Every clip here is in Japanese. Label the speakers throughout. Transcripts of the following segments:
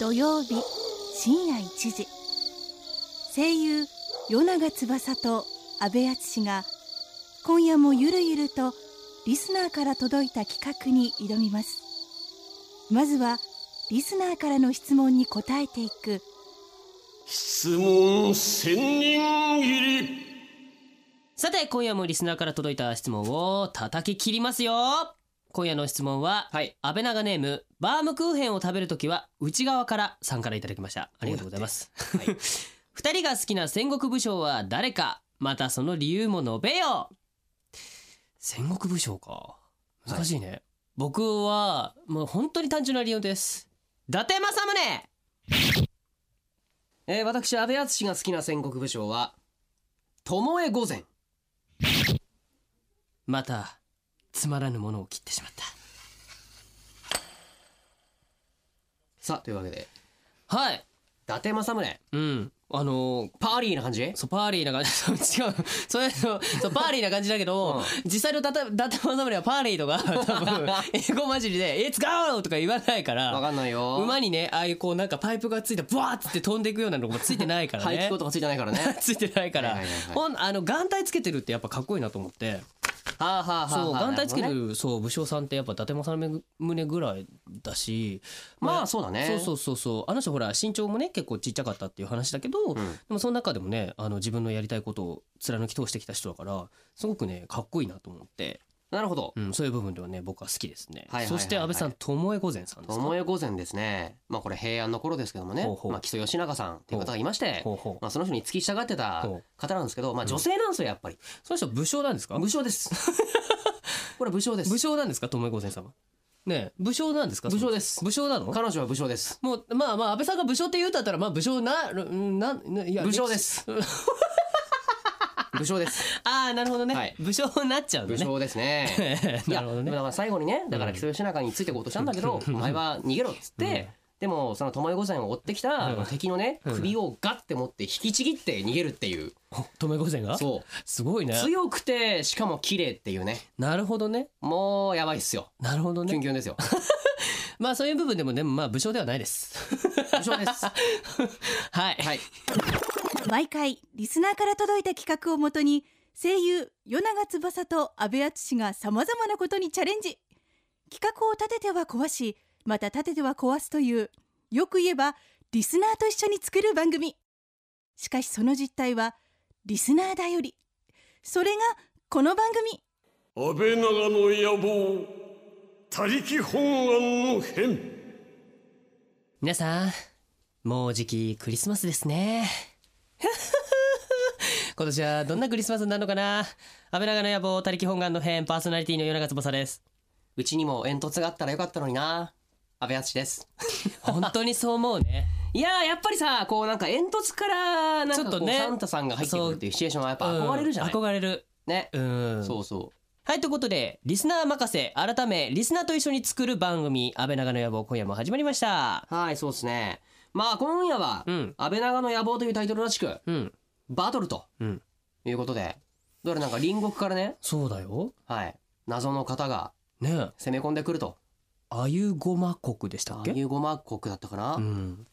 Speaker 1: 土曜日深夜1時声優与永翼と阿部淳が今夜もゆるゆるとリスナーから届いた企画に挑みますまずはリスナーからの質問に答えていく
Speaker 2: 質問千人切り
Speaker 3: さて今夜もリスナーから届いた質問を叩き切りますよ今夜の質問は、
Speaker 4: はい
Speaker 3: 安倍長ネームバームクーヘンを食べるときは内側からさんからいただきましたありがとうございます
Speaker 4: うやってはい
Speaker 3: 二人が好きな戦国武将は誰かまたその理由も述べよ戦国武将か難しいね、僕はもう本当に単純な理由です伊達政宗えー、私安倍淳が好きな戦国武将は巴御前またつまらぬものを切ってしまった
Speaker 4: さあというわけで
Speaker 3: はい
Speaker 4: 伊達政宗
Speaker 3: うんあのー
Speaker 4: パーリーな感じね
Speaker 3: そうパーリーな感じ そう違うそれそうそうパーリーな感じだけど、実際のだた伊達政宗はパーリーと か多分英語混じりで「It's go!」とか言わないか
Speaker 4: わ
Speaker 3: ら
Speaker 4: かんないよ
Speaker 3: 馬にねああいうこうなんかパイプがついたブワーッつって飛んでいくようなのもついてないから
Speaker 4: 排気
Speaker 3: ね
Speaker 4: 口とかついてないからね
Speaker 3: ついてないから、
Speaker 4: はいはいはいはい
Speaker 3: ほんあの眼帯つけてるってやっぱかっこいいなと思って
Speaker 4: はあはあはあ
Speaker 3: そう
Speaker 4: はあ
Speaker 3: 眼帯つけ
Speaker 4: な
Speaker 3: て
Speaker 4: るほどね
Speaker 3: るそう武将さんってやっぱ伊達政宗ぐらいだし
Speaker 4: まあそうだね
Speaker 3: そうそうそうそうあの人ほら身長もね結構ちっちゃかったっていう話だけど、で
Speaker 4: ん
Speaker 3: もその中でもねあの自分のやりたいことを貫き通してきた人だからすごくねかっこいいなと思って、
Speaker 4: なるほど
Speaker 3: うん、そういう部分ではね僕は好きですね、
Speaker 4: はいはいはいはい
Speaker 3: そして安倍さん巴御前さんですか
Speaker 4: 巴御前ですねまあこれ平安の頃ですけどもね
Speaker 3: ほうほう
Speaker 4: まあ木曽義仲さんっていう方がいまして
Speaker 3: ほうほう
Speaker 4: まあその人に付き従ってた
Speaker 3: ほう
Speaker 4: 方なんですけどまあ女性なんですよやっぱり
Speaker 3: その人武将なんですか
Speaker 4: 武将です これ武将です
Speaker 3: 武将なんですか巴御前さんはねえ武将なんですか
Speaker 4: 武将です
Speaker 3: 武将なの
Speaker 4: 彼女は武将です
Speaker 3: もうまあまあ安倍さんが武将って言うんだったらまあ武将なうんなないや
Speaker 4: 武将です
Speaker 3: 歴史
Speaker 4: 武将です
Speaker 3: ああなるほどね、
Speaker 4: はい
Speaker 3: 武将になっちゃうの
Speaker 4: 武
Speaker 3: ね
Speaker 4: 将ですねいや
Speaker 3: なるほどね
Speaker 4: だから最後にねだから木曽義仲についていこうとしたんだけど、お前は逃げろっつって、でもその巴御前を追ってきた、
Speaker 3: うん
Speaker 4: 敵のね
Speaker 3: うん
Speaker 4: 首をガッて持って引きちぎって逃げるっていう、
Speaker 3: 留御前が
Speaker 4: そう
Speaker 3: すごいね
Speaker 4: 強くてしかも綺麗っていうね
Speaker 3: なるほどね
Speaker 4: もうやばいっすよ
Speaker 3: なるほど
Speaker 4: キュ
Speaker 3: ね
Speaker 4: ンキュンですよ
Speaker 3: まあそういう部分でもでもまあ武将ではないです
Speaker 4: 武将です
Speaker 3: はい、
Speaker 4: はい
Speaker 1: 毎回リスナーから届いた企画をもとに声優与永翼と阿部淳がさまざまなことにチャレンジ企画を立てては壊しまた立てては壊すというよく言えばリスナーと一緒に作る番組しかしその実態はリスナーだよりそれがこの番組
Speaker 2: 安倍長の野望他力本願の変
Speaker 3: 皆さんもうじきクリスマスですね 今年はどんなクリスマスになるのかな安倍長の野望他力本願の編パーソナリティの夜中翼です
Speaker 4: うちにも煙突があったらよかったのにな安倍淳です
Speaker 3: 本当にそう思うね
Speaker 4: いやーやっぱりさこうなんか煙突からなんかこう
Speaker 3: ちょっとね
Speaker 4: サンタさんが入ってくるっていうシチュエーションはやっぱ 憧れるじゃない、
Speaker 3: うん憧れる
Speaker 4: ね、
Speaker 3: うん
Speaker 4: そうそう
Speaker 3: はいということでリスナー任せ改めリスナーと一緒に作る番組安倍長の野望今夜も始まりました
Speaker 4: はい、そうですね。まあ、今夜は、
Speaker 3: うん
Speaker 4: 安倍長の野望というタイトルらしく、
Speaker 3: うん
Speaker 4: バトルと
Speaker 3: うん
Speaker 4: いうことで、どれなんか隣国からね、
Speaker 3: そうだよ
Speaker 4: はい、謎の方が
Speaker 3: ねえ
Speaker 4: 攻め込んでくると。
Speaker 3: あゆごま国でした
Speaker 4: あ
Speaker 3: っ
Speaker 4: あ
Speaker 3: け
Speaker 4: いうごま国だったかな、
Speaker 3: うん、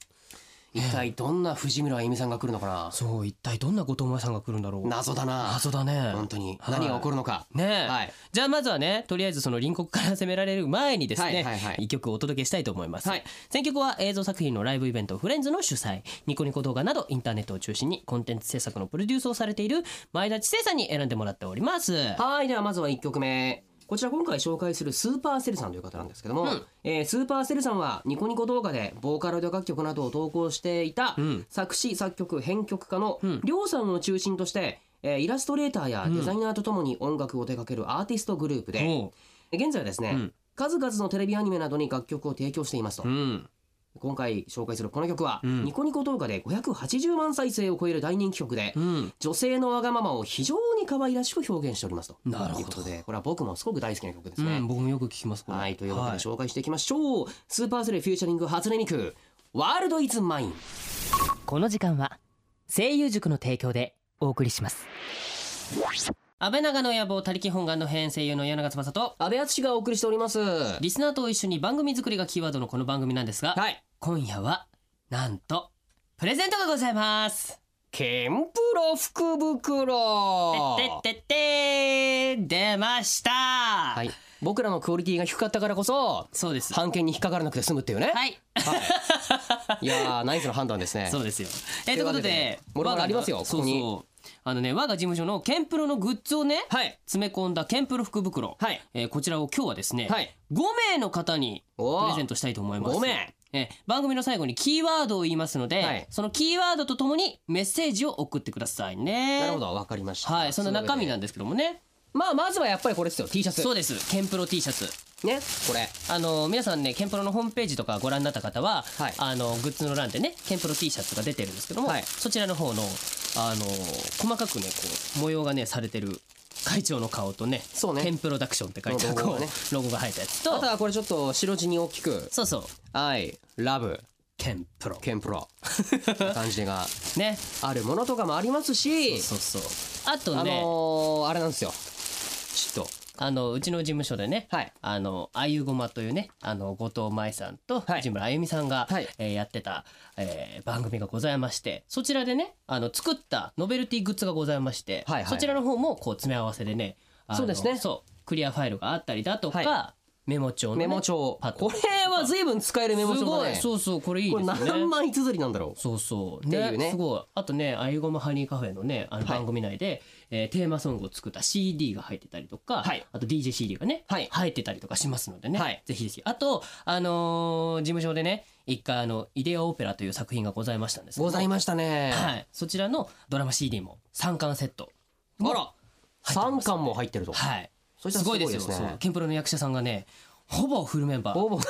Speaker 4: 一体どんな藤村あゆみさんが来るのかな
Speaker 3: そう一体どんな後藤真さんが来るんだろう
Speaker 4: 謎だな。
Speaker 3: 謎だね
Speaker 4: 本当に。
Speaker 3: はい
Speaker 4: 何が起こるのか。
Speaker 3: ねえ、
Speaker 4: はい。
Speaker 3: じゃあまずはねとりあえずその隣国から攻められる前にですね、
Speaker 4: はいはいはい
Speaker 3: 一曲お届けしたいと思います、
Speaker 4: はい
Speaker 3: 選曲は映像作品のライブイベントフレンズの主催ニコニコ動画などインターネットを中心にコンテンツ制作のプロデュースをされている前田知世さんに選んでもらっております
Speaker 4: はい、ではまずは1曲目。こちら今回紹介するスーパーセルさんという方なんですけども、えースーパーセルさんはニコニコ動画でボーカロイド楽曲などを投稿していた
Speaker 3: ん
Speaker 4: 作詞作曲編曲家のりょうさんを中心として、えーイラストレーターやデザイナーとともに音楽を手掛けるアーティストグループで、
Speaker 3: も
Speaker 4: 現在はですね、
Speaker 3: うん
Speaker 4: 数々のテレビアニメなどに楽曲を提供していますと、
Speaker 3: ううん
Speaker 4: 今回紹介するこの曲は、
Speaker 3: ん
Speaker 4: ニコニコ動画で580万再生を超える大人気曲で、
Speaker 3: うん
Speaker 4: 女性のわがままを非常に可愛らしく表現しておりますと
Speaker 3: なるほど
Speaker 4: いうことでこれは僕もすごく大好きな曲です
Speaker 3: う
Speaker 4: ね。
Speaker 3: ん、僕もよく聞きますこれ
Speaker 4: はいということで紹介していきましょう、スーパーセレフューチャリング初音ミク「ワールドイズマイン
Speaker 3: この時間は声優塾の提供でお送りします安倍長の野望他力本願の編声優の柳翼と」
Speaker 4: 阿部淳がお送りしております。は
Speaker 3: リスナーと一緒に番組作りがキーワードのこの番組なんですが、
Speaker 4: い
Speaker 3: 今夜はなんとプレゼントがございます
Speaker 4: ケンプロ福袋
Speaker 3: てってってって出ましたは
Speaker 4: はい僕らのクオリティが低かったからこそ
Speaker 3: そうですは
Speaker 4: 判件に引っかからなくて済むっていうね、
Speaker 3: い
Speaker 4: い、やーナイスの判断ですね
Speaker 3: そうですよえと
Speaker 4: とい
Speaker 3: いうう
Speaker 4: わ
Speaker 3: こ
Speaker 4: け
Speaker 3: と
Speaker 4: で
Speaker 3: で
Speaker 4: もろもろありますよ
Speaker 3: 我が
Speaker 4: ここに
Speaker 3: そうそうあのね我が事務所のケンプロのグッズをね
Speaker 4: はい
Speaker 3: 詰め込んだケンプロ福袋
Speaker 4: はい
Speaker 3: えーこちらを今日はですね
Speaker 4: はい
Speaker 3: 5名の方に
Speaker 4: お
Speaker 3: プ
Speaker 4: ー
Speaker 3: レゼントしたいと思います
Speaker 4: 5名
Speaker 3: えー番組の最後にキーワードを言いますので、
Speaker 4: はい
Speaker 3: そのキーワードとともにメッセージを送ってくださいね
Speaker 4: なるほどわかりました
Speaker 3: はいその中身なんんですけどもね
Speaker 4: まあまずはやっぱりこれですよ T シャツ
Speaker 3: そうですケンプロ T シャツ
Speaker 4: ねこれ
Speaker 3: あの皆さんねケンプロのホームページとかご覧になった方は、
Speaker 4: はい
Speaker 3: あのグッズの欄でねケンプロ T シャツが出てるんですけども、
Speaker 4: はい
Speaker 3: そちらの方のあの細かくねこう模様がねされてる会長の顔とね
Speaker 4: そうね
Speaker 3: ケンプロダクションって書いてある
Speaker 4: ロゴ
Speaker 3: こ
Speaker 4: が
Speaker 3: う
Speaker 4: ね
Speaker 3: ロゴが入ったやつ
Speaker 4: あ
Speaker 3: と
Speaker 4: とはこれちょっと白地に大きく
Speaker 3: そうそう
Speaker 4: 「I love
Speaker 3: ケンプロ
Speaker 4: ケンプロ」 感じが
Speaker 3: ね
Speaker 4: あるものとかもありますし
Speaker 3: そうそうあと
Speaker 4: あ
Speaker 3: ね、あの
Speaker 4: のー、あれなんですよちょっ
Speaker 3: うちの事務所でね、
Speaker 4: はい
Speaker 3: あのあゆごまというねあの後藤舞さんと
Speaker 4: はい
Speaker 3: 藤村あゆみさんが、
Speaker 4: はい
Speaker 3: えーやってた、えー番組がございましてそちらでねあの作ったノベルティグッズがございまして、
Speaker 4: はいはい
Speaker 3: そちらの方もこう詰め合わせでねあの
Speaker 4: そうですね
Speaker 3: そうクリアファイルがあったりだとか、
Speaker 4: は
Speaker 3: メモ帳の
Speaker 4: と
Speaker 3: ね、
Speaker 4: メモ帳
Speaker 3: パッと
Speaker 4: これは随分使えるメモ
Speaker 3: す
Speaker 4: 帳
Speaker 3: ご
Speaker 4: だ
Speaker 3: い
Speaker 4: ね
Speaker 3: そうそうこれいい
Speaker 4: こ
Speaker 3: で
Speaker 4: れ
Speaker 3: すよね
Speaker 4: 何枚綴りなんだろう
Speaker 3: そうそう
Speaker 4: っていうね
Speaker 3: すごいあとね「あゆごまハニーカフェ」のねあの
Speaker 4: はい
Speaker 3: 番組内で、えーテーマソングを作った CD が入ってたりとか、
Speaker 4: はい
Speaker 3: あと DJCD がね、
Speaker 4: はい
Speaker 3: 入ってたりとかしますのでね、
Speaker 4: はい
Speaker 3: ぜひぜひあとあのー事務所でね一回あの「イデアオペラ」という作品がございましたんですけど
Speaker 4: ございましたね、
Speaker 3: はい、そちらのドラマ CD も3巻セット
Speaker 4: あら
Speaker 3: 入ってま
Speaker 4: 3
Speaker 3: すね
Speaker 4: 巻も入ってると
Speaker 3: はい
Speaker 4: そしたら
Speaker 3: すごいですよ
Speaker 4: すごいですね
Speaker 3: そうケンプロの役者さんがねほぼフルメンバー
Speaker 4: 応募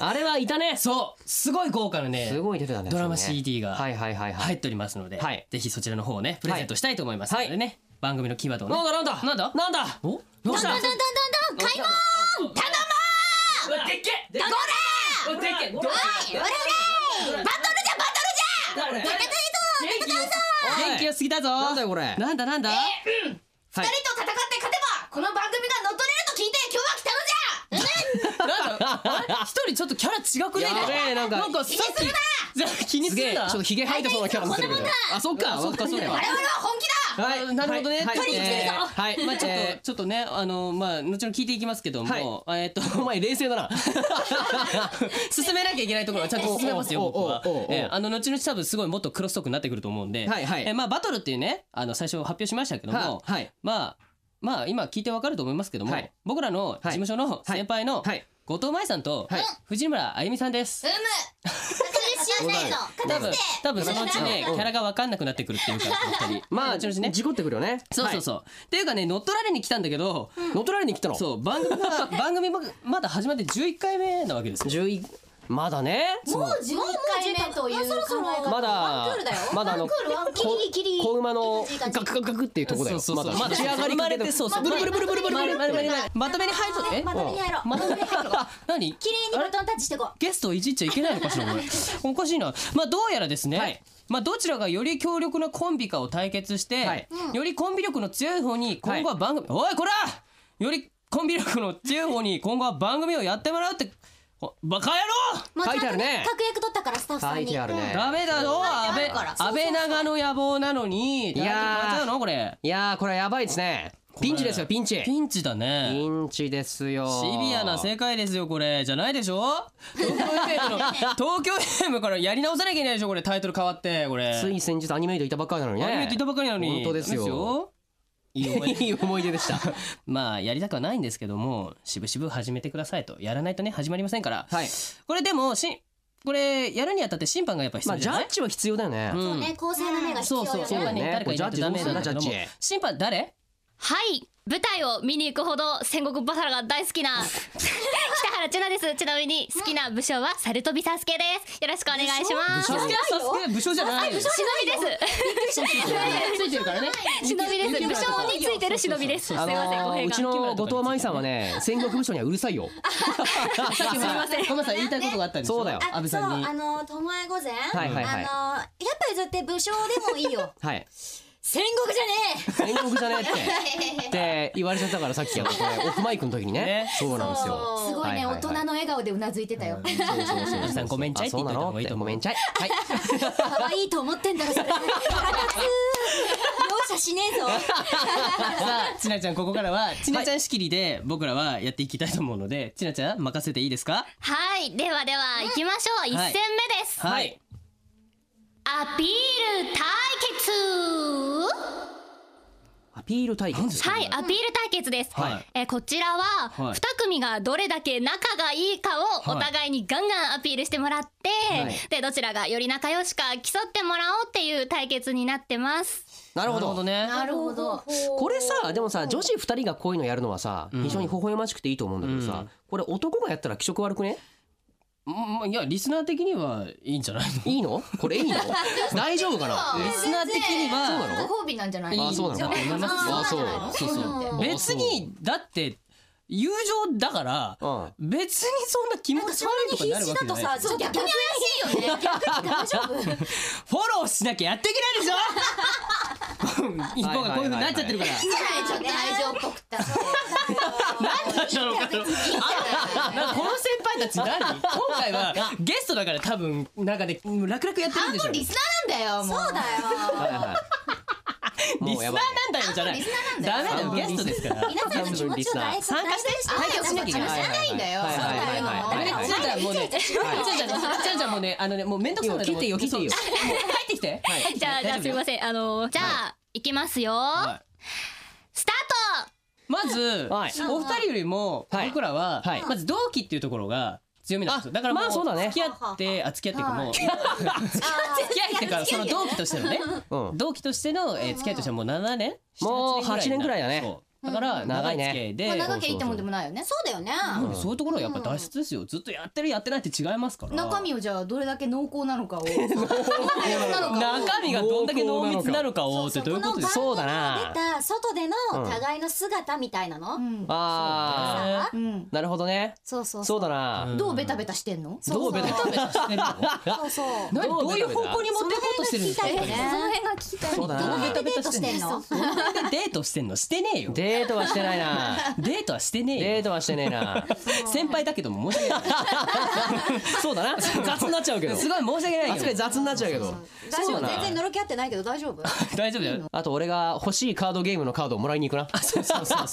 Speaker 4: あれはいたね
Speaker 3: そうすごい豪華なね
Speaker 4: すごい出てたね
Speaker 3: ドラマ
Speaker 4: それね
Speaker 3: CD が
Speaker 4: はいはいはいは
Speaker 3: 入
Speaker 4: い
Speaker 3: っておりますので、
Speaker 4: はい
Speaker 3: ぜひそちらの方をねプレゼントしたいと思いますのでね、番組のキーワードをね
Speaker 4: なんだなんだ
Speaker 3: なんだ
Speaker 4: なんだ
Speaker 3: おどうした
Speaker 5: どんどんどんどんどん買い物
Speaker 3: でっけどれでっけどれ
Speaker 5: 俺俺バトルじゃんバ
Speaker 4: 誰
Speaker 5: トルじゃん高田と戦うぞ
Speaker 3: 元気よすぎだぞ
Speaker 4: なんだよこれ
Speaker 3: なんだなんだ
Speaker 4: は
Speaker 5: 二人と戦って勝てばこの番組が乗っ取れると聞いて今日は来たのじゃ
Speaker 3: なんだあれ一人ちょっとキャラ違くね
Speaker 4: やべえなんか
Speaker 3: なんかさっきじゃあ気に
Speaker 4: す
Speaker 3: す
Speaker 4: げ
Speaker 3: る
Speaker 4: えちょ
Speaker 3: な
Speaker 4: っとヒゲ生えてそうなキャラになってるけどあそっかそっかそっか
Speaker 5: 我々は本気だ
Speaker 4: はい
Speaker 3: なるほどね
Speaker 4: はい
Speaker 3: 取りに来てるぞ
Speaker 4: はいはい
Speaker 3: まあちょっと、
Speaker 4: え
Speaker 3: ちょっとねあのまあ後々聞いていきますけども、
Speaker 4: は
Speaker 3: えーっと
Speaker 4: ーお前冷静だな
Speaker 3: 進めなきゃいけないところはちゃんと進めますよ
Speaker 4: おう
Speaker 3: 僕は
Speaker 4: おうおうおう。
Speaker 3: えーあの後々多分すごいもっとクロストークになってくると思うんで、
Speaker 4: はいはい
Speaker 3: えーまあバトルっていうねあの最初発表しましたけども、
Speaker 4: はいはい
Speaker 3: まあまあ今聞いてわかると思いますけども、
Speaker 4: はい
Speaker 3: 僕らの事務所の
Speaker 4: い
Speaker 3: 先輩の
Speaker 4: はい
Speaker 3: 後藤舞さんと
Speaker 4: はい
Speaker 3: 藤村あゆみさんです。
Speaker 5: うむ確立しないぞ
Speaker 3: 多分多分そのうちね
Speaker 4: う
Speaker 3: キ
Speaker 4: ん
Speaker 3: ャラがわかんなくなってくるっていうかお二人
Speaker 4: まあ
Speaker 3: 後々ね。
Speaker 4: 事故ってくるよね
Speaker 3: そうそうそう、っていうかね乗っ取られに来たんだけど、
Speaker 4: はい乗っ取られに来たの
Speaker 3: そう番組が番組ままだ始まって11回目なわけですよ。
Speaker 4: 11まだね
Speaker 5: もう11回目という考え方
Speaker 4: まだ
Speaker 5: ワンクールだよ
Speaker 4: まだあの
Speaker 5: ワンクールワンクールキリキリ
Speaker 4: 子馬の
Speaker 5: い
Speaker 4: ガ
Speaker 5: い感じいい感じ
Speaker 4: クガクガクっていうとこだよ
Speaker 3: そうそうそう
Speaker 4: ま
Speaker 3: ま
Speaker 4: だ
Speaker 3: だ
Speaker 4: 仕上がりかけ
Speaker 3: 生まれてそうそう
Speaker 4: ブルブルブルブルブルブ
Speaker 3: ま
Speaker 4: ル
Speaker 3: ままとめに入るとえ
Speaker 5: まとめに入ろうまとめに入ろう
Speaker 3: あ何
Speaker 5: 綺麗にバトンタッチしていこう
Speaker 3: ゲストをいじっちゃいけないのかしら これおかしいなまあどうやらですね、
Speaker 4: はい
Speaker 3: まあどちらがより強力なコンビかを対決して、
Speaker 4: はい
Speaker 3: よりコンビ力の強い方に今後は番組、おいこらよりコンビ力の強い方に今後は番組をやってもらうってこバカ野郎
Speaker 5: もう
Speaker 4: 書いてあるね
Speaker 5: ちゃんと確約取ったからスタッフさん
Speaker 4: 書
Speaker 5: に
Speaker 4: いてあるね
Speaker 3: ダメだぞ安倍
Speaker 5: あるから
Speaker 3: 安倍長の野望なのに
Speaker 4: いやー
Speaker 3: 大丈夫なのこれ
Speaker 4: いやーこれやばいですねピンチですよピンチ
Speaker 3: ピンチだね
Speaker 4: ピンチですよ
Speaker 3: シビアな世界ですよこれじゃないで しょ東京 FM の東京 FM からやり直さなきゃいけないでしょこれタイトル変わってこれ
Speaker 4: つい先日アニメイトいたばっかりなのにね
Speaker 3: アニメって言ったばかりなのに
Speaker 4: 本当ですよ
Speaker 3: ダメいい 思い出
Speaker 4: いい思い出で した
Speaker 3: まあやりたくはないんですけどもしぶしぶ始めてくださいとやらないとね始まりませんから、
Speaker 4: はい
Speaker 3: これでもしこれやるにあたって審判がやっぱ必
Speaker 4: まあ
Speaker 3: 要じ
Speaker 4: ジ
Speaker 3: ゃ
Speaker 4: ャ
Speaker 3: ない
Speaker 4: ッ、ジは必要だよね
Speaker 3: うん
Speaker 5: ね構成の目が必要
Speaker 3: そう
Speaker 5: よ
Speaker 3: そうそうだね
Speaker 4: ね
Speaker 3: 誰かいないとダメなんだけど
Speaker 4: これ
Speaker 3: も
Speaker 4: ジャッジどうすんだジャッジ
Speaker 3: 審判誰
Speaker 6: はい舞台を見に行くほど戦国バサラが大好きな 北原千奈ですちなみに好きな武将はサルトビサスケですよろしくお願いします
Speaker 3: サスケサスケ武将じゃない
Speaker 6: 忍びです
Speaker 3: ついてるからね
Speaker 6: 忍びです武将についてる忍びですすいま
Speaker 4: あ
Speaker 6: せ
Speaker 4: の
Speaker 6: ん
Speaker 4: ー
Speaker 6: 語弊
Speaker 4: う
Speaker 6: が
Speaker 4: ちの後藤舞さんはね戦国武将にはうるさいよ
Speaker 3: すいませんごめんなさい言いたいことがあったんです
Speaker 4: そうだよ
Speaker 3: 安
Speaker 5: あ
Speaker 3: 倍
Speaker 5: そう
Speaker 3: さんに
Speaker 5: あの巴御前
Speaker 4: はいはいはい
Speaker 5: あのやっぱりずって武将でもいいよ
Speaker 4: はい
Speaker 5: 戦戦国じゃね
Speaker 4: 戦国じゃねえって
Speaker 5: え
Speaker 4: って言われちゃったからさっきあのこれオフマイクの時にね
Speaker 3: ね
Speaker 4: そうなんですよ
Speaker 5: すごいね、
Speaker 4: ははは
Speaker 5: 大人の笑顔でうなずいてたよ
Speaker 4: そうそうそうそう
Speaker 3: 皆さんごめんちゃいって言っといた方がいいと思う
Speaker 4: あそうなのってごめんちゃいはい
Speaker 5: 可愛いと思ってんだろそれ鼻くす容赦しねえぞ
Speaker 3: さあちなちゃんここからはちなちゃん仕切りで僕らはやっていきたいと思うのでちなちゃん任せていいですか
Speaker 6: はいではでは行きましょう、一戦目です、
Speaker 3: はい
Speaker 6: アピール対決
Speaker 4: アピール対決
Speaker 6: はい、アピール対決です。
Speaker 3: はい
Speaker 6: えーこちらは
Speaker 3: はい
Speaker 6: 2組がどれだけ仲がいいかを
Speaker 3: はい
Speaker 6: お互いにガンガンアピールしてもらって、
Speaker 4: はい
Speaker 6: でどちらがより仲良しか競ってもらおうっていう対決になってます。
Speaker 4: なるほど
Speaker 3: ね
Speaker 5: なるほど
Speaker 4: これさでもさ女子二人がこういうのやるのはさ非常に微笑ましくていいと思うんだけど
Speaker 3: う
Speaker 4: さ
Speaker 3: ん
Speaker 4: これ男がやったら気色悪くね
Speaker 3: うんまあいやリスナー的にはいいんじゃないの
Speaker 4: いいのこれいい の大丈夫かな
Speaker 3: リスナー的に
Speaker 4: そうな
Speaker 3: は
Speaker 4: の
Speaker 5: ご褒美なんじゃない
Speaker 3: いい
Speaker 4: あそうなの
Speaker 3: んだと思いますよ
Speaker 4: あそう
Speaker 5: そうそう
Speaker 3: 別にだって友情だから
Speaker 4: うん
Speaker 3: 別にそんな気持ち悪いとかになるわけじゃない
Speaker 5: ちょっと逆に怪しいよね
Speaker 3: フォローしなきゃやっていけ ないでしょ一方がこういう風になっちゃってるから
Speaker 5: ちょっと愛情っぽくった
Speaker 3: なんだろうかとなこの先輩たち何今回はゲストだから多分なんかね楽々やってるんでしょ
Speaker 5: リ
Speaker 3: リ
Speaker 5: スナーなんだよもうそうだ
Speaker 4: はいはいはいも
Speaker 3: スナ
Speaker 4: う
Speaker 3: ーな
Speaker 4: や
Speaker 3: ん
Speaker 4: ばい
Speaker 3: だよじゃない
Speaker 5: リスナー
Speaker 3: ダ
Speaker 5: なんだよ
Speaker 3: メだよゲストですから
Speaker 5: 皆さんの気持ちを大
Speaker 3: 参加して対
Speaker 5: 大丈
Speaker 3: 決
Speaker 5: 夫
Speaker 3: しなきゃいけない
Speaker 5: 知らないんだよ
Speaker 4: はいはいはいはい
Speaker 5: そう
Speaker 3: ちなち
Speaker 4: は
Speaker 5: だよ
Speaker 3: ゃんもうね、ちなちゃん、ちなちゃんもうね、あのね、もうめんどくさいので。
Speaker 4: 切っていいよ切っていいよ
Speaker 3: そうもう帰ってきて。はい
Speaker 6: じゃあじゃあすいま
Speaker 3: ん。
Speaker 6: せんあのーじゃあ、行きますよ、
Speaker 3: は
Speaker 6: スタート
Speaker 3: まず、
Speaker 4: はい
Speaker 3: お二人よりも、
Speaker 4: はい
Speaker 3: 僕らは、
Speaker 4: はい
Speaker 3: まず同期っていうところが強みなんですよ。だからも
Speaker 4: まあそうだね
Speaker 3: 付き合って、あ付き合っていうかもう、付き合いっていうかその同期としてのね、
Speaker 4: うん
Speaker 3: 同期としての、えー、付き合いとしてはもう7年
Speaker 4: もう
Speaker 3: 7
Speaker 4: 8年ぐらいだね
Speaker 3: そうだから長い付き合いで、
Speaker 5: 長きゃいいってもんでもないよねそうだよね
Speaker 3: そうそうそういうところはやっぱ脱出ですよ。ずっとやってるやってないって違いますから。
Speaker 5: 中身をじゃあどれだけ濃厚なのかをどれだけ濃厚なのかを
Speaker 3: 中身がどんだけ濃密なのかをってどういうことですか。
Speaker 4: そうだな
Speaker 7: 出た外での
Speaker 4: うん
Speaker 7: 互いの姿みたいなの、
Speaker 5: うん
Speaker 4: あ
Speaker 3: ね
Speaker 5: うん
Speaker 4: ーなるほどね
Speaker 7: そうそうそう
Speaker 4: そうだな
Speaker 5: どうベタベタしてんの
Speaker 4: どうベタベタしてるの
Speaker 7: そうそう
Speaker 3: な
Speaker 4: どう
Speaker 3: どういう方向に持っていこうとしてるんですか。
Speaker 7: その辺が聞きたいよね
Speaker 5: その辺が
Speaker 4: そうだ
Speaker 3: どう
Speaker 4: な
Speaker 3: ベタベタしてんの。
Speaker 7: そ
Speaker 3: どうやってデートしてんのしてねえよ。デ
Speaker 4: デートはしてないな
Speaker 3: ートはしてねえ
Speaker 4: デー
Speaker 3: よ。
Speaker 4: トはしてねえな
Speaker 3: 先輩だけども申し訳 ない。
Speaker 4: そうだな雑になっちゃうけど
Speaker 3: すごい申し訳ない
Speaker 4: あ
Speaker 3: け
Speaker 4: す
Speaker 3: ど
Speaker 4: ごい。雑になっちゃうけど
Speaker 5: 大丈
Speaker 4: そうだ
Speaker 5: 夫
Speaker 4: な
Speaker 5: 全然のろけ合ってないけど大丈夫
Speaker 3: 大丈夫だよ。
Speaker 4: あと俺が欲しいカードゲームのカードをもらいに行くな
Speaker 3: そうそうそうそう。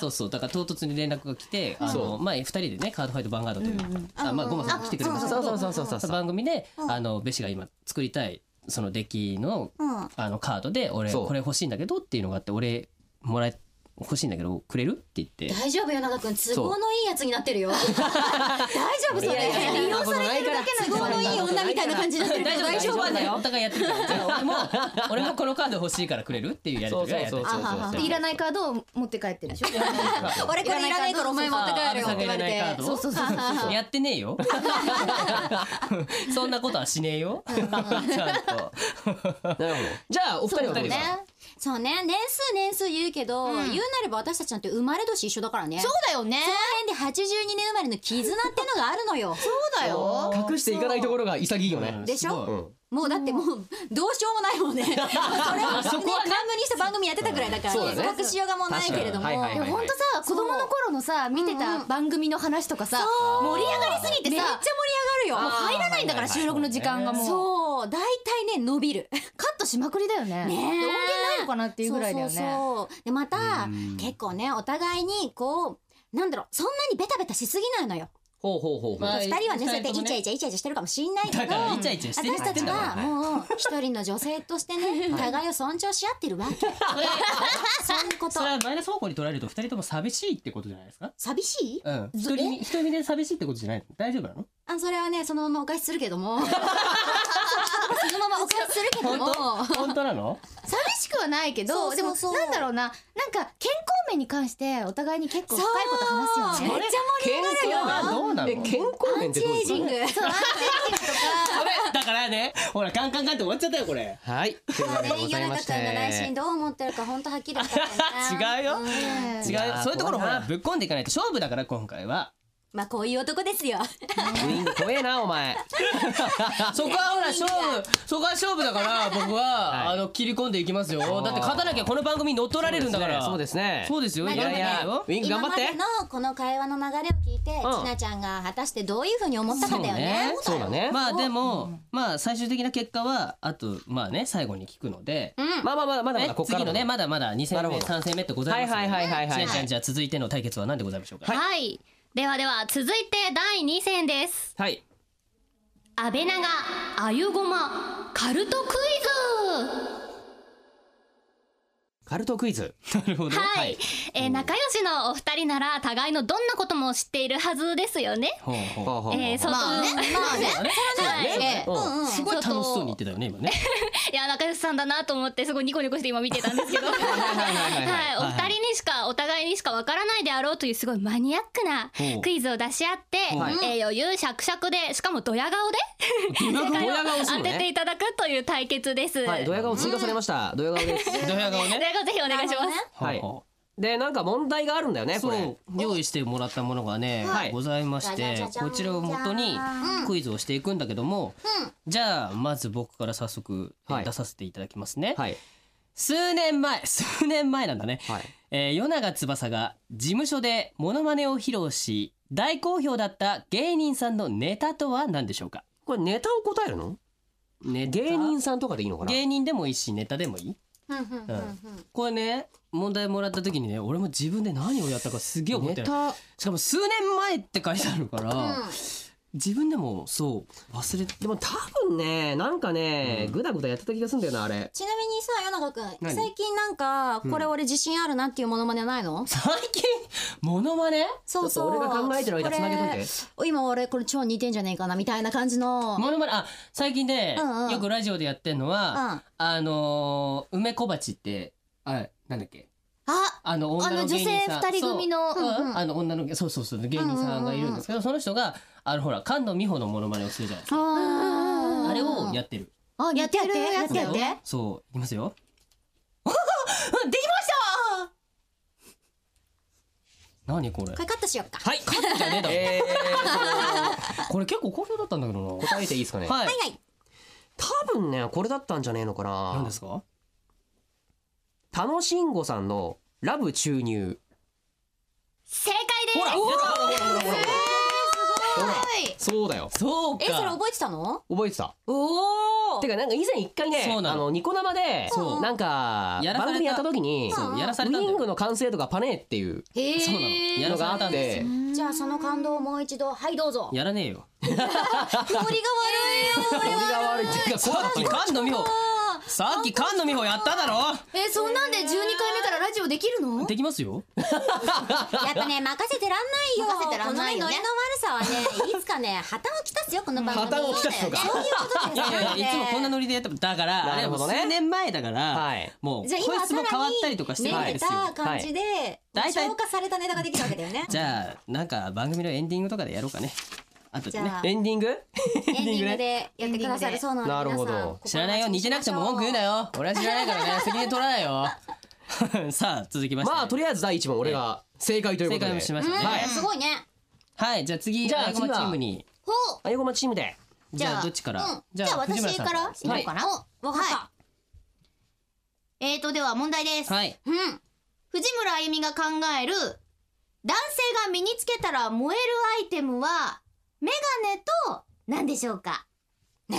Speaker 3: そうそうだから唐突に連絡が来て、あの前二人でねカードファイトバンガードという、あまあゴマさんも来てくれましたけど、
Speaker 4: そうそうそうそうそう
Speaker 3: 番組であのベシが今作りたいそのデッキの
Speaker 7: うん
Speaker 3: あのカードで俺
Speaker 4: そう
Speaker 3: これ欲しいんだけどっていうのがあって俺もらえ欲しいんだけどくれるって言って。
Speaker 7: 大丈夫よ長くん都合のいいやつになってるよ大丈夫それ利用されてるだけの都合のいい女みたいな感じになってるけど大丈夫
Speaker 3: だよ。お互いやってるから。じゃあ俺も俺もこのカード欲しいからくれるっていうやりとりがやって
Speaker 4: そうそうそうそう
Speaker 5: でいらないカードを持って帰ってるでしょ
Speaker 7: 俺これいらないからお前持って帰るよ
Speaker 3: あ安倍さんがいらないカード
Speaker 5: そうそうそうそう
Speaker 3: やってねえよ。そんなことはしねえよ。ちゃんと。
Speaker 4: なるほどじゃあお二人はどうですか
Speaker 7: ねそうね年数年数言うけど、言うなれば私たちなんて生まれ年一緒だからね
Speaker 5: そうだよね
Speaker 7: その辺で82年生まれの絆ってのがあるのよ
Speaker 5: そうだよ
Speaker 4: 隠していかないところが潔いよね
Speaker 7: でしょ
Speaker 3: すごい
Speaker 7: もうだってもうどうしようもないもんねそれをね冠にした番組やってたぐらいだから
Speaker 4: そうだね
Speaker 7: 隠しようがもうないけれども
Speaker 4: 確かにはいはいはい
Speaker 5: ほんとさ子供の頃のさ見てた番組の話とかさ盛り上がりすぎて
Speaker 7: めっちゃ盛り上
Speaker 5: さ
Speaker 7: がるよ
Speaker 5: もう入らないんだか
Speaker 3: はいはい
Speaker 5: ら
Speaker 3: はい
Speaker 5: 収録の時間がもう
Speaker 7: そう大体ね伸びる
Speaker 5: カットしまくりだよね
Speaker 7: ねえ
Speaker 5: で音源ないのかなっていうぐらいだよね
Speaker 7: そうそうそうでまた結構ねお互いにこうなんだろうそんなにベタベタしすぎないのよ
Speaker 4: ほうほうほうほう
Speaker 3: まあ
Speaker 7: 二人はねそうやって
Speaker 3: 二人
Speaker 7: イ
Speaker 3: ともね
Speaker 7: チャイチャイチャイチャしてるかもしんないけど
Speaker 3: だからイチャイチャしてる
Speaker 7: 私たちはもう一人の女性としてね互いを尊重し合ってるわけそういうこ
Speaker 3: そ
Speaker 7: と
Speaker 3: れはマイナス方向に捉えると二人とも寂しいってことじゃないですか。
Speaker 7: 寂しい
Speaker 3: うん。一人一人で寂しいってことじゃない。大丈夫なの？
Speaker 7: あそれはねそのままお返しするけど もそのままお返しするけども
Speaker 3: 本当なの？
Speaker 5: 寂しくはないけ
Speaker 7: そ
Speaker 5: ど
Speaker 7: う
Speaker 5: で
Speaker 7: そう
Speaker 5: も
Speaker 7: そう
Speaker 5: なんだろうななんか健康面に関してお互いに結構深いこと話すよ
Speaker 7: めっ
Speaker 5: ね
Speaker 7: ちゃ盛り上がるよ
Speaker 3: あどうなの
Speaker 4: え？健康面ってどう
Speaker 7: エ
Speaker 4: で
Speaker 7: イジ
Speaker 4: す
Speaker 7: ン
Speaker 4: か
Speaker 7: グそう
Speaker 3: だからね、ほらカンカンカンって終わっちゃったよこれ。
Speaker 4: はいというわけでご
Speaker 7: ね、
Speaker 4: ざい
Speaker 7: 夜
Speaker 4: ま
Speaker 7: 中
Speaker 4: し
Speaker 7: くんの内心
Speaker 4: て
Speaker 7: どう思ってるか本当はっきり分かって
Speaker 3: 違うよ。
Speaker 5: ね
Speaker 3: 違
Speaker 4: いうやー
Speaker 3: そういうところほ
Speaker 4: 怖い
Speaker 3: ら
Speaker 4: な
Speaker 3: ぶっこんでいかないと勝負だから今回は
Speaker 5: まあこういう男ですよ。
Speaker 4: ウイング怖えなお前
Speaker 8: そこはほら勝負そこは勝負だから僕は、
Speaker 4: はい
Speaker 8: あの切り込んでいきますよ
Speaker 4: ー
Speaker 8: だって勝たなきゃこの番組に乗っ取られるんだから
Speaker 4: そうですね
Speaker 8: そうですよ
Speaker 5: まあ
Speaker 8: いやいや
Speaker 5: で
Speaker 4: ウイング
Speaker 5: 今
Speaker 4: 頑張
Speaker 5: ま
Speaker 4: って
Speaker 5: でのこの会話の流れを聞いて、
Speaker 4: うん
Speaker 5: ちなちゃんが果たしてどういうふうに思ったかだよね。
Speaker 4: そうだね
Speaker 3: まあでも、まあ最終的な結果はあとまあね最後に聞くので、
Speaker 4: まあまあまあまだまだこっから
Speaker 3: 次のねまだまだ2戦
Speaker 4: なる
Speaker 3: 目
Speaker 4: ほど
Speaker 3: 3戦目ってございますので、
Speaker 4: はいはいはいは
Speaker 3: ち
Speaker 4: いはい
Speaker 3: なちゃんじゃあ続いての対決は何でございましょうか、
Speaker 6: はい、ではでは続いて第2戦です
Speaker 4: はい
Speaker 6: 安倍長あゆごまカルトクイ
Speaker 4: カルトクイズ
Speaker 6: ズはい、えー仲良しのお二人なら互いのどんなことも知っているはずですよね
Speaker 3: ほうほう
Speaker 4: ほうほうほう
Speaker 6: えー、外
Speaker 5: まあね、まあね、
Speaker 6: はい
Speaker 5: ええ
Speaker 4: うん
Speaker 5: うんうん。
Speaker 3: すごい楽しそうに言ってたよね今ね
Speaker 6: いや仲良しさんだなと思ってすごいニコニコして今見てたんですけどはい
Speaker 4: はいはい
Speaker 6: お二人にしかお互いにしかわからないであろうというすごいマニアックな
Speaker 3: ほう
Speaker 6: クイズを出し合って、
Speaker 4: はい
Speaker 6: えー余裕しゃくしゃくでしかもドヤ 顔で
Speaker 4: ドヤ顔する
Speaker 6: 当
Speaker 4: の
Speaker 6: てて
Speaker 4: ね
Speaker 6: いただくという対決です、
Speaker 4: はいドヤ顔追加されましたドヤ顔です
Speaker 3: ドヤ顔
Speaker 6: ド
Speaker 3: ね
Speaker 6: ヤ顔ぜひお願いします、
Speaker 4: はい
Speaker 3: ほうほ
Speaker 4: でなんか問題があるんだよね
Speaker 3: う
Speaker 4: これ
Speaker 3: そう用意してもらったものがね、
Speaker 4: はい
Speaker 3: ございまし
Speaker 5: じゃ
Speaker 3: て
Speaker 5: じゃじゃじゃん
Speaker 3: こちらをもとにクイズをしていくんだけども、じゃあまず僕から早速、えー
Speaker 4: はい
Speaker 3: 出させていただきますね、
Speaker 4: はい
Speaker 3: 数年前 数年前なんだね、
Speaker 4: はい
Speaker 3: えー、与永翼が事務所でモノマネを披露し大好評だった芸人さんのネタとは何でしょうか
Speaker 4: これネタを答えるの
Speaker 3: ネタ
Speaker 4: 芸人さんとかでいいのかな
Speaker 3: 芸人でもいいしネタでもいい
Speaker 5: うんうんうんうん
Speaker 3: これね問題もらった時にね俺も自分で何をやったかすげえ覚え
Speaker 4: ネ
Speaker 3: てる
Speaker 4: タ
Speaker 3: しかも数年前って書いてあるから、自分でもそう忘れて
Speaker 4: でも多分ねなんかねグダグダやってた気がするんだよなあれ
Speaker 5: ちなみにさ、与永くん、
Speaker 4: 何
Speaker 5: 最近なんか、これ俺自信あるなっていうモノマネないの
Speaker 3: 最近モノマネ
Speaker 5: そうそう。
Speaker 4: ちょっと俺が考えてる間繋げといて
Speaker 5: これ。今俺これ超似てんじゃねえかなみたいな感じの。
Speaker 3: モノマネあ最近ね、
Speaker 5: うんうん
Speaker 3: よくラジオでやってんのは、あのー梅小鉢ってあなんだっけ
Speaker 5: あ、
Speaker 3: あの
Speaker 5: あ
Speaker 3: 女
Speaker 5: の
Speaker 3: の
Speaker 5: 女
Speaker 3: 芸人
Speaker 5: 性
Speaker 3: さん
Speaker 5: 二人組の。う
Speaker 3: そ
Speaker 5: ん
Speaker 3: う
Speaker 5: うん
Speaker 3: あの女のそうそうそう芸人さんがいるんですけど、その人があのほら菅野美穂のモノマネをするじゃないですか、
Speaker 5: あー
Speaker 3: あれをやってる
Speaker 5: あやってやってやってやって。
Speaker 3: そういきますよできました何これ
Speaker 5: これカットしよっか。
Speaker 3: はいカットじゃねえだろ
Speaker 4: えー
Speaker 3: これ結構好評だったんだけど
Speaker 4: と答えていいですかね
Speaker 3: なはい、
Speaker 5: はいはい。
Speaker 4: 多分ねこれだったんじゃねえのかな
Speaker 3: 何ですか
Speaker 4: 田野慎吾さんのラブ注入
Speaker 6: 正解です
Speaker 4: ほらほらほらほらほらほらそうだよ
Speaker 3: そうか
Speaker 5: え、それ覚えてたの？
Speaker 4: 覚えてた
Speaker 5: おお。
Speaker 4: てかなんか以前一回ね
Speaker 3: そうな
Speaker 4: あ
Speaker 3: の
Speaker 4: のニコ生で
Speaker 5: そう
Speaker 4: なんか
Speaker 3: やらされた
Speaker 4: 番組やった時に
Speaker 5: そう
Speaker 3: やらさ
Speaker 4: ウ
Speaker 3: れたん
Speaker 4: イ
Speaker 3: だ
Speaker 4: ン
Speaker 3: よ
Speaker 4: グの完成度がパネーっていう
Speaker 5: へ
Speaker 3: そうなの
Speaker 5: え。
Speaker 3: や
Speaker 4: の
Speaker 3: ら
Speaker 4: が
Speaker 3: された
Speaker 4: あっ
Speaker 3: んです
Speaker 4: て
Speaker 3: よ
Speaker 5: じゃあその感動をもう一度はいどうぞ。
Speaker 3: やらねえよ
Speaker 5: ノリが悪い
Speaker 4: ノ
Speaker 5: よ。
Speaker 4: リが悪いっていうか
Speaker 3: さっき菅野美穂さっき菅野美穂やっただろ
Speaker 9: えそんなんで12回目からラジオできるの
Speaker 3: できますよ
Speaker 5: やっぱね任せてらんないよ。
Speaker 9: 任せてらんないよね
Speaker 5: このノリの悪さはね、いつかね破綻をきたすよこの番組。
Speaker 4: 破綻をきたすのか
Speaker 5: そういうこ
Speaker 3: い
Speaker 5: とですよ
Speaker 3: やいやいつもこんなノリでやってもだからあ
Speaker 4: な
Speaker 3: れ
Speaker 4: る
Speaker 3: は
Speaker 4: ほどね
Speaker 3: 数年前だから、
Speaker 4: はい
Speaker 3: もう
Speaker 5: じゃあ
Speaker 3: こいつも
Speaker 5: 今
Speaker 3: 変わ
Speaker 5: さ
Speaker 3: った
Speaker 5: ら
Speaker 3: り
Speaker 5: に
Speaker 3: とかしてないで
Speaker 5: 練れ
Speaker 3: すよ
Speaker 5: た感じで
Speaker 3: 大体
Speaker 5: 消化されたネタができたわけだよね。
Speaker 3: じゃあなんか番組のエンディングとかでやろうかねあとでね
Speaker 5: じゃあ
Speaker 4: エンディング
Speaker 5: エンディングでやってくださるそうなので
Speaker 4: なるほど
Speaker 5: 皆さん
Speaker 3: 知らないよ似てなくても文句言うなよ俺は知らないからね責任取らないよ さあ続きまして、
Speaker 4: まあとりあえず第一問俺が正解というこ
Speaker 3: 正
Speaker 4: と
Speaker 3: 解
Speaker 4: で
Speaker 3: をしましたね、
Speaker 5: は
Speaker 3: はい
Speaker 5: い、すごいね。
Speaker 3: はいじゃあ次
Speaker 4: じゃあ
Speaker 3: あやこま
Speaker 4: 次は
Speaker 3: チームに
Speaker 5: ほう。
Speaker 4: あゆこまチームで
Speaker 3: じゃあどっちから、
Speaker 5: うんじゃあ
Speaker 3: 藤村
Speaker 5: 私
Speaker 3: さん
Speaker 5: からいこうかな。おわかった。
Speaker 9: えーとでは問題です、
Speaker 3: はい
Speaker 9: うん藤村あゆみが考える男性が身につけたら燃えるアイテムはメガネと何でしょうか
Speaker 5: ね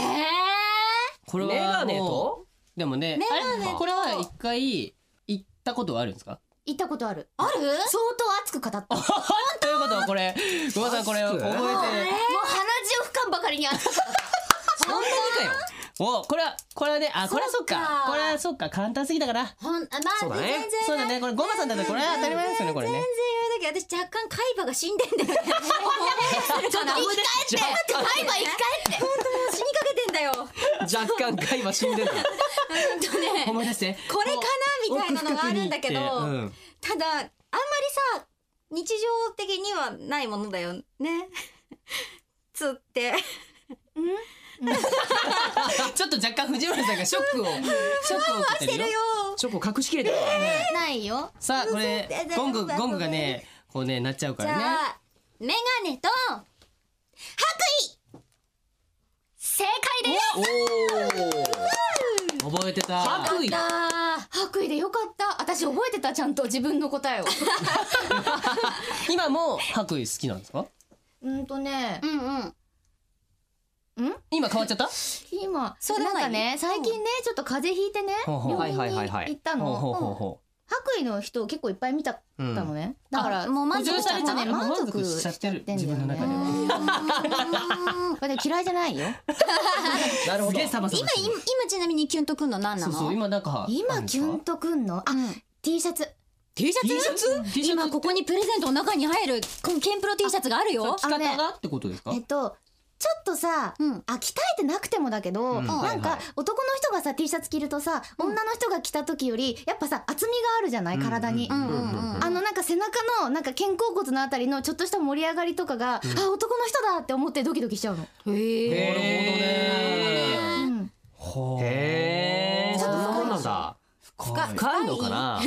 Speaker 3: これ
Speaker 4: メ
Speaker 3: は
Speaker 4: ガネ
Speaker 3: も
Speaker 4: と
Speaker 3: うでもね
Speaker 5: メガ
Speaker 3: あれこれは一回行ったことはあるんですか
Speaker 9: 行ったことある
Speaker 5: ある？
Speaker 9: 相当熱く語ったもう鼻
Speaker 3: ということはこれごめんなさいこれ覚えてる
Speaker 9: 血を吹かんばかりに熱く語った
Speaker 4: そんなにかよ
Speaker 3: おこれはこれはねあこれはそっ
Speaker 5: そうか
Speaker 3: かこれはそっか簡単すぎたから
Speaker 5: ほんあ
Speaker 4: そう
Speaker 5: ま
Speaker 4: だ
Speaker 5: あ
Speaker 4: ね
Speaker 5: 全然
Speaker 3: そうだねこれゴマさんだってこれは当たり前ですよねこれね
Speaker 5: 全然言うだけど私若干海馬が死んでんだ よね。ちょっ と生き
Speaker 4: じゃ
Speaker 9: 海馬生き返って
Speaker 5: 死にかけてんだよ。
Speaker 4: 若干会話死んでる
Speaker 3: 思い出して
Speaker 5: これかなみたいなのがあるんだけど、
Speaker 3: 奥深くに行ってうん
Speaker 5: ただあんまりさ日常的にはないものだよね。 つって。
Speaker 3: ちょっと若干藤村さんがショックをショックを受けてるよ。
Speaker 4: チョコ隠しきれてる
Speaker 9: ないよ
Speaker 3: さあこれ
Speaker 5: 嘘だ
Speaker 3: ゴング
Speaker 5: 嘘だ
Speaker 3: ゴングがねこうねなっちゃうか
Speaker 5: じゃ
Speaker 3: らね。
Speaker 5: あメガネと白衣
Speaker 6: 正解です
Speaker 4: おお覚えてた白衣
Speaker 7: 白衣でよかった私覚えてたちゃんと自分の答えを
Speaker 3: 今も白衣好きなんですか
Speaker 7: うんとね
Speaker 5: うんうん
Speaker 3: 今変わっちゃった
Speaker 7: 今
Speaker 5: そうで
Speaker 7: な
Speaker 5: も
Speaker 7: ん
Speaker 5: ない
Speaker 7: かね最近ねちょっと風邪ひいてね
Speaker 3: ほうほう
Speaker 7: 病院
Speaker 4: はい
Speaker 7: に
Speaker 4: はいはいはい
Speaker 7: 行った
Speaker 3: ほうほうほう
Speaker 7: の
Speaker 3: ほ
Speaker 7: 白衣の人を結構いっぱい見たか
Speaker 3: う、うん
Speaker 7: ったのねだから
Speaker 5: もう満足しち
Speaker 7: ち
Speaker 5: ゃ
Speaker 7: ょ
Speaker 5: っ
Speaker 7: っと
Speaker 5: た
Speaker 7: ね
Speaker 5: ね
Speaker 7: 満足し
Speaker 4: しち
Speaker 7: ち
Speaker 4: ゃ
Speaker 7: ゃ
Speaker 4: っ
Speaker 7: ってて
Speaker 4: る
Speaker 7: る
Speaker 4: 自分の中では
Speaker 7: まあでも嫌いじゃないよ
Speaker 4: なるほど
Speaker 3: サバサバ
Speaker 5: 今今今ちなみにキュンとくんの何な
Speaker 3: そう
Speaker 5: の
Speaker 3: そう今なんか
Speaker 7: 今キュンとくんのあ
Speaker 5: あ、
Speaker 7: T シャツ
Speaker 5: T シャツ
Speaker 3: T シャツ T シャ
Speaker 7: 今
Speaker 3: ツ
Speaker 7: ここに
Speaker 5: プレゼントの中に入るこのケンプロ T シャツがあるよ
Speaker 4: 着方がってことですか
Speaker 7: えっとちょっとさ、
Speaker 5: うん
Speaker 7: あ鍛えてなくてもだけど、
Speaker 3: うん
Speaker 7: な
Speaker 3: はい
Speaker 7: んか
Speaker 3: はい
Speaker 7: 男の人がさ T シャツ着るとさ、女の人が着た時よりやっぱさ厚みがあるじゃない体に、
Speaker 5: うんうんうん
Speaker 7: あのなんか背中のなんか肩甲骨のあたりのちょっとした盛り上がりとかが、あ男の人だって思ってドキドキしちゃうの、
Speaker 3: なるほどね
Speaker 7: うん
Speaker 3: ほう
Speaker 4: へえ
Speaker 5: ちょっと
Speaker 4: そうなんだ
Speaker 3: 深い
Speaker 4: 深いのかな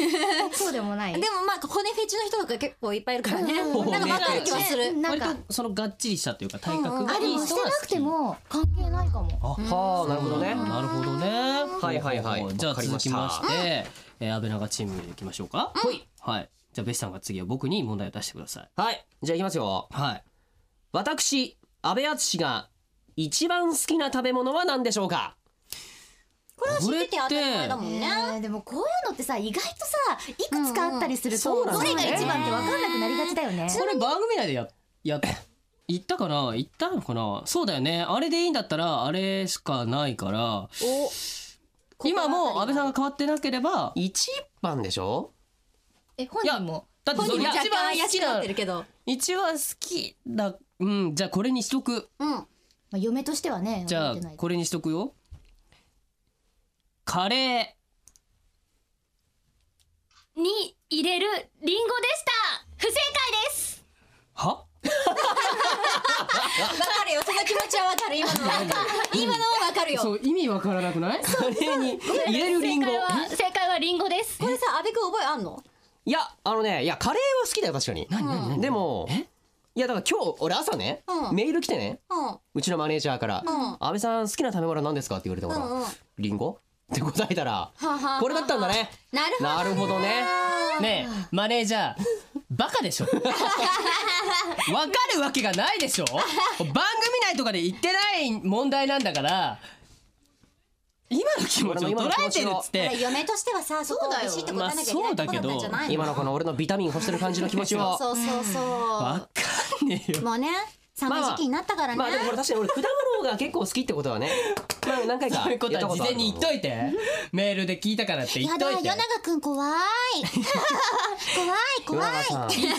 Speaker 7: そうでもない
Speaker 5: でもまあ骨フェチの人とか結構いっぱいいるからね
Speaker 4: ん
Speaker 5: なんかわかる気はする
Speaker 7: うんなん
Speaker 3: 割
Speaker 7: か
Speaker 3: とそのがっちりしたというか体格
Speaker 5: うんうん
Speaker 3: が
Speaker 7: あで
Speaker 3: いい
Speaker 7: もし
Speaker 3: 人
Speaker 7: て
Speaker 3: が
Speaker 7: な
Speaker 3: 好
Speaker 7: く
Speaker 3: き
Speaker 7: ても関係ないかも
Speaker 3: あ
Speaker 4: はあなるほどね
Speaker 3: なるほどね
Speaker 4: はいはいはい
Speaker 3: ほうほうじゃあ
Speaker 4: わかり
Speaker 3: 続
Speaker 4: ま
Speaker 3: き
Speaker 4: した
Speaker 3: ましてえー安倍長チームいきましょうかはいはいじゃあベシさんが次は僕に問題を出してください
Speaker 4: はいじゃあいきますよ
Speaker 3: はい
Speaker 4: 私安倍敦が一番好きな食べ物は何でしょうか
Speaker 5: これは知ってて当たり前だもんね
Speaker 7: えーでもこういうのってさ意外とさいくつかあったりすると、
Speaker 4: うんうんそう
Speaker 7: ど
Speaker 4: な
Speaker 7: れが
Speaker 4: んだよね
Speaker 7: 一番って分かんなくなりがちだよね
Speaker 3: これ番組内でや や言ったかな言ったのかなそうだよねあれでいいんだったらあれしかないから今も安倍さんが変わってなければ
Speaker 4: 一番でしょ
Speaker 7: え本
Speaker 3: 人
Speaker 7: も
Speaker 3: だって
Speaker 5: 本
Speaker 3: そ
Speaker 5: 人
Speaker 3: れ
Speaker 5: も若
Speaker 3: 一番
Speaker 5: 干怪
Speaker 3: 好
Speaker 5: し
Speaker 3: き
Speaker 5: くなっ
Speaker 3: な
Speaker 5: てるけど
Speaker 3: 一番好きだうんじゃあこれにしとく
Speaker 5: うん
Speaker 7: まあ、嫁としてはね
Speaker 3: じゃあ
Speaker 7: 覚えてない
Speaker 3: これにしとくよカレー
Speaker 6: に入れるリンゴでした不正解です
Speaker 3: は
Speaker 5: わかるよその気持ちはわかる今のはわかる今のはわかるよ
Speaker 3: う意味わからなくない
Speaker 4: カレーに入れるリン
Speaker 6: 正
Speaker 4: ゴ
Speaker 6: 解は正解はリンゴです
Speaker 5: これさ阿部くん覚えあんの
Speaker 4: いやあのねいやカレーは好きだよ確かに
Speaker 3: 何何何
Speaker 4: でも
Speaker 3: え
Speaker 4: いやだから今日俺朝ね
Speaker 5: うん
Speaker 4: メール来てね
Speaker 5: う
Speaker 4: うちのマネージャーから
Speaker 5: んうん
Speaker 4: 安倍さん好きな食べ物なんですかって言われたか
Speaker 5: うんうん
Speaker 4: らリンゴって答えたら
Speaker 5: ははは
Speaker 4: これだったんだね
Speaker 5: なるほど
Speaker 4: なるほどね
Speaker 3: ねえマネージャーバカで しょわかるわけがないでしょ番組内とかで言ってない問題なんだから今の気持ちを
Speaker 4: 俺の今
Speaker 3: 捉
Speaker 4: の気
Speaker 3: え
Speaker 4: 持
Speaker 3: て
Speaker 4: ち
Speaker 3: る
Speaker 4: を
Speaker 3: っつって
Speaker 5: 嫁としてはさそこをビシッと答えなきゃいけないとこだったんじゃない
Speaker 4: 今のこの俺のビタミン欲してる感じの気持ちを
Speaker 5: そうそうそ
Speaker 3: わかんねえよ
Speaker 5: うもうね寒い時期になったからね
Speaker 4: まあでもこれ確かに俺果物が結構好きってこ とはねまあ何回か
Speaker 3: そういうこと
Speaker 4: やった
Speaker 3: は事
Speaker 4: ある
Speaker 3: 前に言っといてメールで聞いたからって言
Speaker 5: や
Speaker 3: っ
Speaker 5: だ
Speaker 3: とい
Speaker 5: よ
Speaker 3: て
Speaker 5: ながくん怖い怖い怖い
Speaker 4: さん
Speaker 3: 一な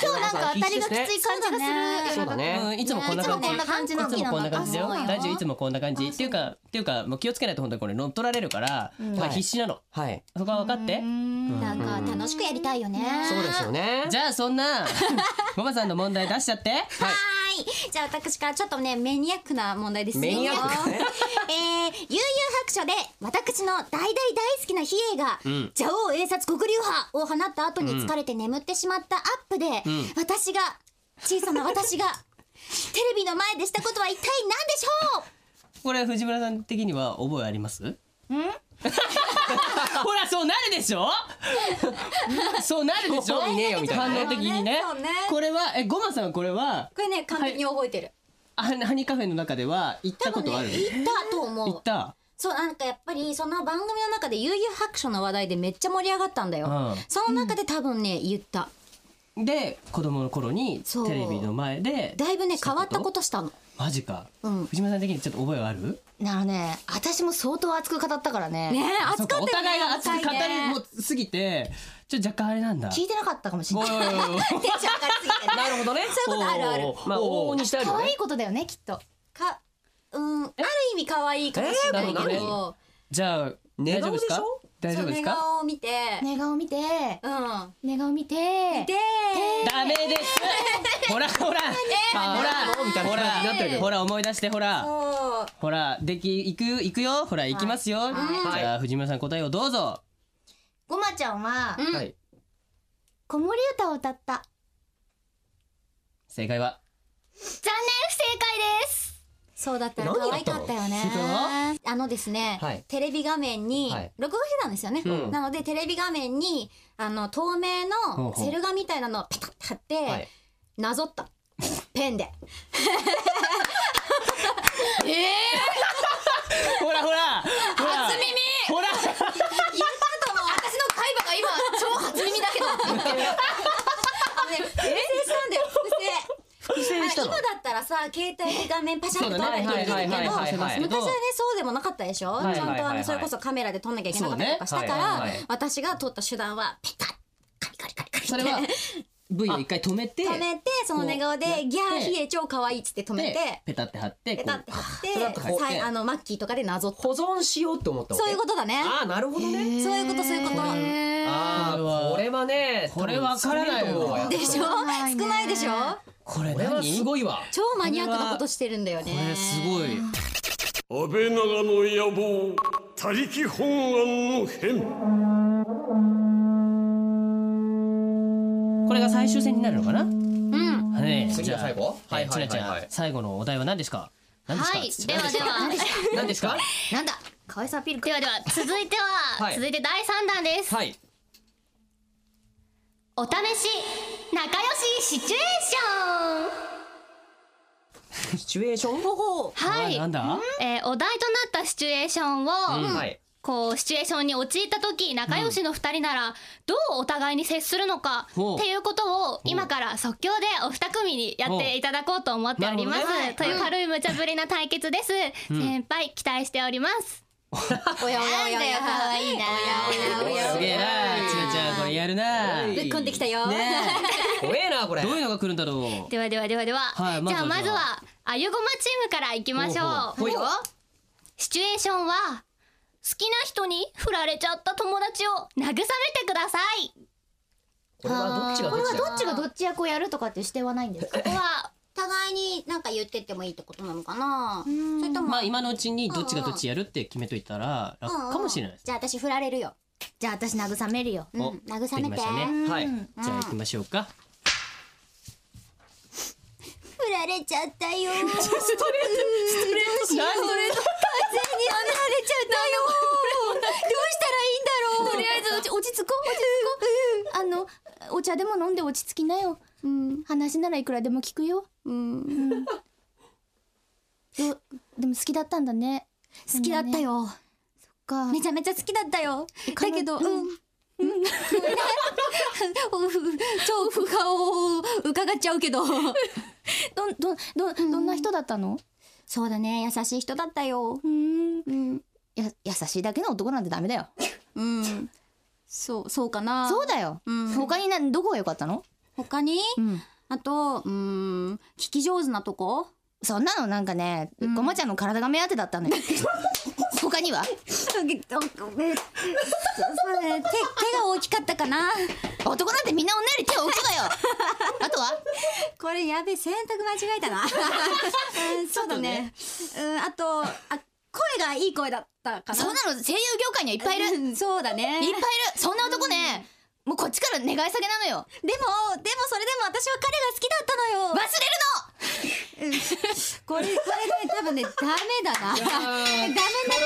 Speaker 5: 今日なんか当たりがきつい感じがする
Speaker 4: そうだ
Speaker 3: のう
Speaker 4: ね
Speaker 3: んいつもこんな感じ
Speaker 5: いつもこんな感じない
Speaker 3: つもこんな感じだよ
Speaker 5: あそうよ
Speaker 3: ラジオいつもこんな感じっていうかっていうかもう気をつけないと本当にこれ乗っ取られるからだから必死なの
Speaker 4: はい
Speaker 3: そこは分かって
Speaker 5: なんか楽しくやりたいよね
Speaker 4: そうですよね
Speaker 3: じゃあそんなごまさんの問題出しちゃって
Speaker 5: はーい。じゃあ私からちょっとね、メニアックな問題ですよ。
Speaker 4: メニアックね
Speaker 5: えー、悠々白書で、私の大大大好きな比叡が、蛇王英察黒竜派を放った後に疲れて眠ってしまったアップで、私が、小さな私が、テレビの前でしたことは一体何でし ょう
Speaker 3: これ藤村さん的には覚えあります んほらそうなるでしょそうなるでしょ
Speaker 4: 興味ねえよみたいな
Speaker 3: 反応的にね
Speaker 5: そうね
Speaker 3: これはえごまさんはこれは
Speaker 5: これね、完璧に覚えてる。
Speaker 3: あハニカフェの中では行った
Speaker 5: 多
Speaker 3: こ
Speaker 5: 分ね、
Speaker 3: とある
Speaker 5: 言ったと思
Speaker 3: 行っ
Speaker 5: う。
Speaker 3: た
Speaker 5: そう、なんかやっぱり、その番組の中で悠々白書の話題でめっちゃ盛り上がったんだよ。
Speaker 3: うん
Speaker 5: その中で多分ね、言った。
Speaker 3: で子供の頃に
Speaker 5: そう
Speaker 3: テレビの前で
Speaker 5: だいぶね変わったことしたの。
Speaker 3: マジか、
Speaker 5: うん
Speaker 3: 藤村さん的にちょっと覚えはある
Speaker 7: なのね私も相当熱く語ったからね
Speaker 5: ねえ
Speaker 3: そう
Speaker 5: 熱か
Speaker 3: か
Speaker 5: った
Speaker 3: お
Speaker 5: よね。
Speaker 3: 互いが熱く語
Speaker 5: お互い
Speaker 3: り
Speaker 5: ね
Speaker 3: もうすぎてちょっと若干あれなんだ
Speaker 7: 聞いてなかったかもしれ
Speaker 3: おい
Speaker 7: ない
Speaker 3: おいおいおい
Speaker 5: テンション上がりすぎてね。
Speaker 4: なるほどね
Speaker 5: そういうことあるある
Speaker 4: おーまあ往々にしてある
Speaker 7: 可
Speaker 4: よ
Speaker 7: 愛
Speaker 4: ね
Speaker 7: いことだよねきっと
Speaker 5: か、うん、ある意味可愛いかもしれないけ
Speaker 4: えー
Speaker 5: ど、
Speaker 3: じゃあ大丈夫です
Speaker 4: 寝
Speaker 3: か
Speaker 4: 顔
Speaker 3: 大丈
Speaker 5: そう
Speaker 3: 夫です
Speaker 5: 寝
Speaker 3: か
Speaker 5: 顔を見て、
Speaker 7: 寝顔見て
Speaker 5: うん、
Speaker 7: 寝顔見て
Speaker 5: で、
Speaker 3: ダメですほらほら ほら
Speaker 4: みたいな
Speaker 3: ほら
Speaker 4: 感じになってるけど
Speaker 3: ほら思い出してほら
Speaker 5: そう
Speaker 3: ほらでき行く行くよほら行きますよ、じゃあ藤村さん答えをどうぞ
Speaker 7: ごまちゃんは
Speaker 5: うん
Speaker 4: はい
Speaker 7: 子守歌を歌った
Speaker 3: 正解は
Speaker 6: 残念不正解です
Speaker 5: そうだったら可愛かったよね
Speaker 4: 何だったの正
Speaker 5: あのですね、
Speaker 4: はい
Speaker 5: テレビ画面に、
Speaker 4: はい
Speaker 5: 録画してたんですよね、
Speaker 4: うん
Speaker 5: なのでテレビ画面にあの透明
Speaker 3: ほう
Speaker 5: の
Speaker 3: ほう
Speaker 5: セル画みたいなのをペタッて貼って、
Speaker 4: はい
Speaker 5: なぞったペンで
Speaker 10: ほらほらほら初耳ほら
Speaker 7: 私の海馬が今超初耳だけど
Speaker 5: あのね複製したんだよ複製
Speaker 4: した
Speaker 5: あ
Speaker 4: の
Speaker 5: 今だったらさ携帯で画面パシャッと撮る
Speaker 4: そうだね
Speaker 5: できるけど
Speaker 4: はいはいはいはいはい
Speaker 5: 昔はねそうでもなかったでしょ、
Speaker 4: いはいはいはい
Speaker 5: ちゃんとあのそれこそカメラで撮んなきゃいけなかったりとかしたから、
Speaker 4: そうねはいはいはい
Speaker 5: 私が撮った手段はペタッカリカリカリカリって
Speaker 4: それは V を一回止めて
Speaker 5: 止めてその寝顔で
Speaker 4: こうやって
Speaker 5: 「ギャーひえ超可愛いっつって止め
Speaker 4: で
Speaker 5: て
Speaker 4: ペタって貼って
Speaker 5: ペ
Speaker 4: こ
Speaker 5: タって
Speaker 4: う
Speaker 5: 貼
Speaker 4: は
Speaker 5: っ
Speaker 4: い
Speaker 5: て
Speaker 4: はい
Speaker 5: さいあのマッキーとかでなぞって
Speaker 4: 保存しようって思ったわけ
Speaker 5: そういうことだね
Speaker 4: ああなるほどね
Speaker 5: そういうことそういうこと
Speaker 4: ああこれはね
Speaker 10: これわからないよ
Speaker 4: 多分作れると思うわ
Speaker 5: でしょ少ないでしょ
Speaker 3: これ
Speaker 4: これはすごいわ
Speaker 5: 超マニアックなことしてるんだよね
Speaker 3: これすごい
Speaker 2: 安倍長の野望他力本願の変
Speaker 3: これが最終戦になるのかな
Speaker 5: うん
Speaker 3: ねえ
Speaker 4: 次が最後
Speaker 3: じゃあ
Speaker 4: は
Speaker 3: え
Speaker 4: い
Speaker 3: ー
Speaker 4: はいはいはい
Speaker 3: ちなちゃん最後のお題は何ですか何ですか
Speaker 6: はい
Speaker 3: つって
Speaker 6: ではでは
Speaker 4: 何ですか
Speaker 7: なんだ
Speaker 5: 可愛さアピールか
Speaker 6: ではでは続いては、
Speaker 4: はい
Speaker 6: 続いて第三弾です、
Speaker 4: はい
Speaker 6: お試し仲良しシチュエーシ
Speaker 4: シチュエーション
Speaker 6: ョンは
Speaker 3: あ
Speaker 6: い
Speaker 3: なんだ
Speaker 6: えーお題となったシチュエーションを、
Speaker 4: はい
Speaker 6: こうシチュエーションに陥った時仲良しの2人ならどうお互いに接するのか、
Speaker 3: ほう
Speaker 6: っていうことを今から即興でお二組にやっていただこうと思っておりま
Speaker 3: ほ
Speaker 6: す、
Speaker 3: うな
Speaker 6: という軽い無茶ぶりな対決です、先輩期待しております
Speaker 7: おやおやおやおや可愛いなおやおや
Speaker 3: すげえなちなちゃんこれやるな
Speaker 4: ぶ
Speaker 3: ね
Speaker 4: っこんできた
Speaker 5: よ
Speaker 4: 怖えなこれ
Speaker 3: どういうのが来るんだろう
Speaker 6: ではではではでは、
Speaker 3: はいま
Speaker 6: じ
Speaker 3: ずは
Speaker 6: ゃあまず
Speaker 3: じゃ
Speaker 6: はあゆごまチームからいきましょう
Speaker 4: ほうほうほい
Speaker 6: シチュエーションは好きな人に振られちゃった友達を慰めてください
Speaker 4: これはどっちが
Speaker 5: こ
Speaker 4: ど
Speaker 5: れ
Speaker 4: っ
Speaker 5: は
Speaker 4: ちだ
Speaker 5: どっちがどっち役をやるとかっていう指定はないんですか
Speaker 6: ここは
Speaker 5: 互いになんか言ってってもいいってことなのかなそれとも
Speaker 3: まあ今のうちにどっちがどっちやるって決めといたら楽かもしれないです
Speaker 5: じゃあ私振られるよじゃあ私慰めるようん
Speaker 3: お
Speaker 5: 慰め
Speaker 3: できま
Speaker 5: て
Speaker 3: したね
Speaker 4: はい
Speaker 3: じゃあ行きましょうか
Speaker 5: 振られちゃった よ
Speaker 10: ストレートストレート何
Speaker 5: 完全に舐められちゃったよどうしたらいいんだろうとりあえず落ち落ち着こう落ち着こうあのお茶でも飲んで落ち着きなよ、うん、話ならいくらでも聞くよ、うんよでも好きだったんだね好きだったよ、そっかめちゃめちゃ好きだったよだけどうん、うん超不顔を伺っちゃうけど
Speaker 11: どんどんどんどんな人だったの？
Speaker 5: そうだね優しい人だったよ
Speaker 11: うん。
Speaker 5: うん
Speaker 11: や優しいだけの男なんてダメだよ。
Speaker 5: うんそうそうかな
Speaker 11: そうだよ。
Speaker 5: うん
Speaker 11: 他になどこが良かったの？
Speaker 5: 他に、
Speaker 11: うん。
Speaker 5: あとうーん聞き上手なとこ
Speaker 11: そんなのなんかね、
Speaker 5: ん
Speaker 11: ごまちゃんの体が目当てだった のよ。他には？
Speaker 5: 手手が大きかったかな
Speaker 11: 男なんてみんな女より手を置くのよ。あとは？
Speaker 5: これやべえ選択間違えたな、うんそうだねうんあとあ声がいい声だったかな
Speaker 11: そんなの声優業界にはいっぱいいる。いっ
Speaker 5: うんそうだね
Speaker 11: ぱいい
Speaker 5: で
Speaker 11: る
Speaker 5: も。
Speaker 11: そんな男ね。もうこっちから願い下げなのよ
Speaker 5: でもそれでも私は彼が好きだったのよ
Speaker 11: 忘れる
Speaker 5: これこれね多分ねダメだなダメな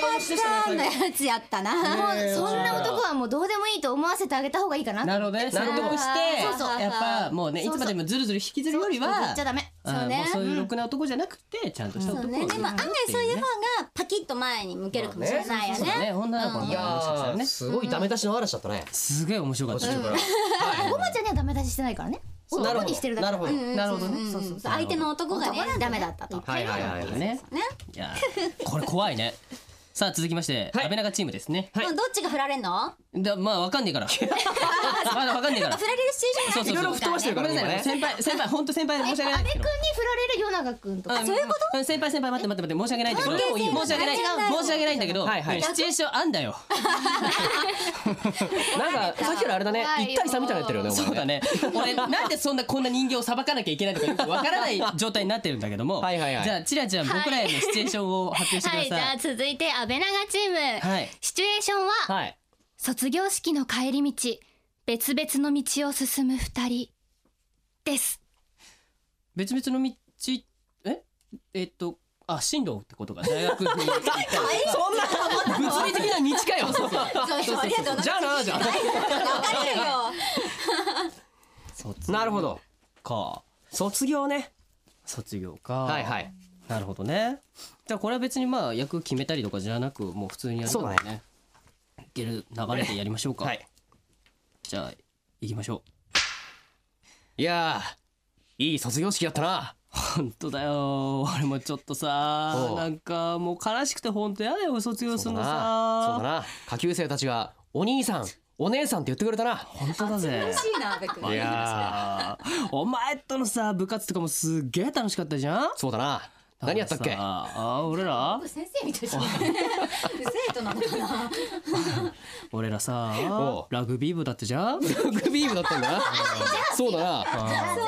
Speaker 5: パターンのやつやったな
Speaker 11: のそんな男はもうどうでもいいと思わせてあげた方がいいかな
Speaker 3: なるほどね
Speaker 11: そう
Speaker 3: 納得し
Speaker 11: そうそう
Speaker 3: てやっぱもうねい
Speaker 11: そう
Speaker 3: つ
Speaker 11: そう
Speaker 3: までもずるずる引きずるより
Speaker 11: 言
Speaker 3: は
Speaker 11: っちゃダメ
Speaker 3: うん
Speaker 5: そうね
Speaker 3: もうそういうろくな男じゃなくてちゃんとした
Speaker 5: そう
Speaker 3: 男
Speaker 5: ねでも案外そういう方がパキッと前に向けるかもしれないよ
Speaker 3: そうだ
Speaker 5: ね
Speaker 3: ね女の子の
Speaker 4: い
Speaker 3: 方がもしかした
Speaker 4: や
Speaker 3: ら
Speaker 4: ー
Speaker 3: ね
Speaker 4: すごいダメ出しの嵐だったね
Speaker 3: すげえ面白かっ
Speaker 4: 途
Speaker 3: た
Speaker 4: 中から
Speaker 11: ごまちゃんにはダメ出ししてないからね
Speaker 4: なる
Speaker 11: 男
Speaker 4: ほ
Speaker 11: にしてる
Speaker 4: ど
Speaker 11: だけ
Speaker 4: なるほど
Speaker 3: なるほどね
Speaker 5: そうそう相手の男がねダメだったと
Speaker 4: はいはいはいはい
Speaker 3: ね
Speaker 5: ね
Speaker 3: いやーこれ怖いねさあ続きまして
Speaker 4: はい
Speaker 3: 安倍長チームですね
Speaker 4: はい
Speaker 5: うんどっちが振られんの
Speaker 3: だまあわかんねえから まだわかんねえから
Speaker 5: 振られるシチュエーション
Speaker 4: いろいろ吹き飛ばしてるから
Speaker 3: ごめんなさい
Speaker 4: ね
Speaker 3: 先輩先輩本当先輩で申し訳ないですけど
Speaker 11: に振られる夜長くんと
Speaker 3: あそういうこと先輩先輩待って待って待って申し訳ないんだけど
Speaker 5: 係性が
Speaker 3: 申し訳ない申し訳ないんだけど
Speaker 4: はいはい
Speaker 3: シチュエーションあんだよ
Speaker 4: なんかさっきからあれだね
Speaker 6: 怖いよ
Speaker 4: 一対三みたいになってるよねお前
Speaker 3: そうだね俺なんでそんなこんな人形をさばかなきゃいけないのかよくわからない状態になってるんだけども
Speaker 4: はいはいはい
Speaker 3: じゃあちらちゃん僕らへのシチュエーションを発表してく
Speaker 6: は
Speaker 3: だ
Speaker 6: いじゃ
Speaker 3: さ
Speaker 6: あ
Speaker 3: い
Speaker 6: 続いて安倍長チーム、
Speaker 3: はい
Speaker 6: シチュエーションは、
Speaker 4: はい
Speaker 6: 卒業式の帰り道別々の道を進む二人です
Speaker 3: 別々の道ええっとあ進路ってことが大学にそんな 物理的な道かよ
Speaker 7: そうそうありがとう。
Speaker 3: じゃあなじゃあ
Speaker 7: 別れるよ。
Speaker 4: なるほど
Speaker 3: か
Speaker 4: 卒業ね
Speaker 3: 卒業か
Speaker 4: はいはい
Speaker 3: なるほどねじゃあこれは別にまあ役決めたりとかじゃなくもう普通にやる
Speaker 4: そうだ
Speaker 3: ねいける流れでやりましょうか、
Speaker 4: はい
Speaker 3: じゃあ行きましょ
Speaker 4: いやーいい卒業式だったな
Speaker 3: う 本当だよ俺もちょっとさ
Speaker 4: おう
Speaker 3: なんかもう悲しくて本当やだよ卒業す
Speaker 4: そう
Speaker 3: る
Speaker 4: だ
Speaker 3: の
Speaker 4: なそう
Speaker 3: さ
Speaker 4: だな下級生たちがお兄さんお姉さんって言ってくれたな
Speaker 3: 本当だ ぜ
Speaker 7: 嬉しいなベク。
Speaker 4: いやー
Speaker 3: お前とのさ部活とかもすっげえ楽しかったじゃん
Speaker 4: そうだな何やったっけ
Speaker 3: ああ俺ら
Speaker 7: 先生みたいじゃない生徒なのかな。
Speaker 3: 俺ら
Speaker 4: お
Speaker 3: さ
Speaker 4: う
Speaker 3: ラグビー部だったじゃん
Speaker 4: ラグビー部だったんだなそうだ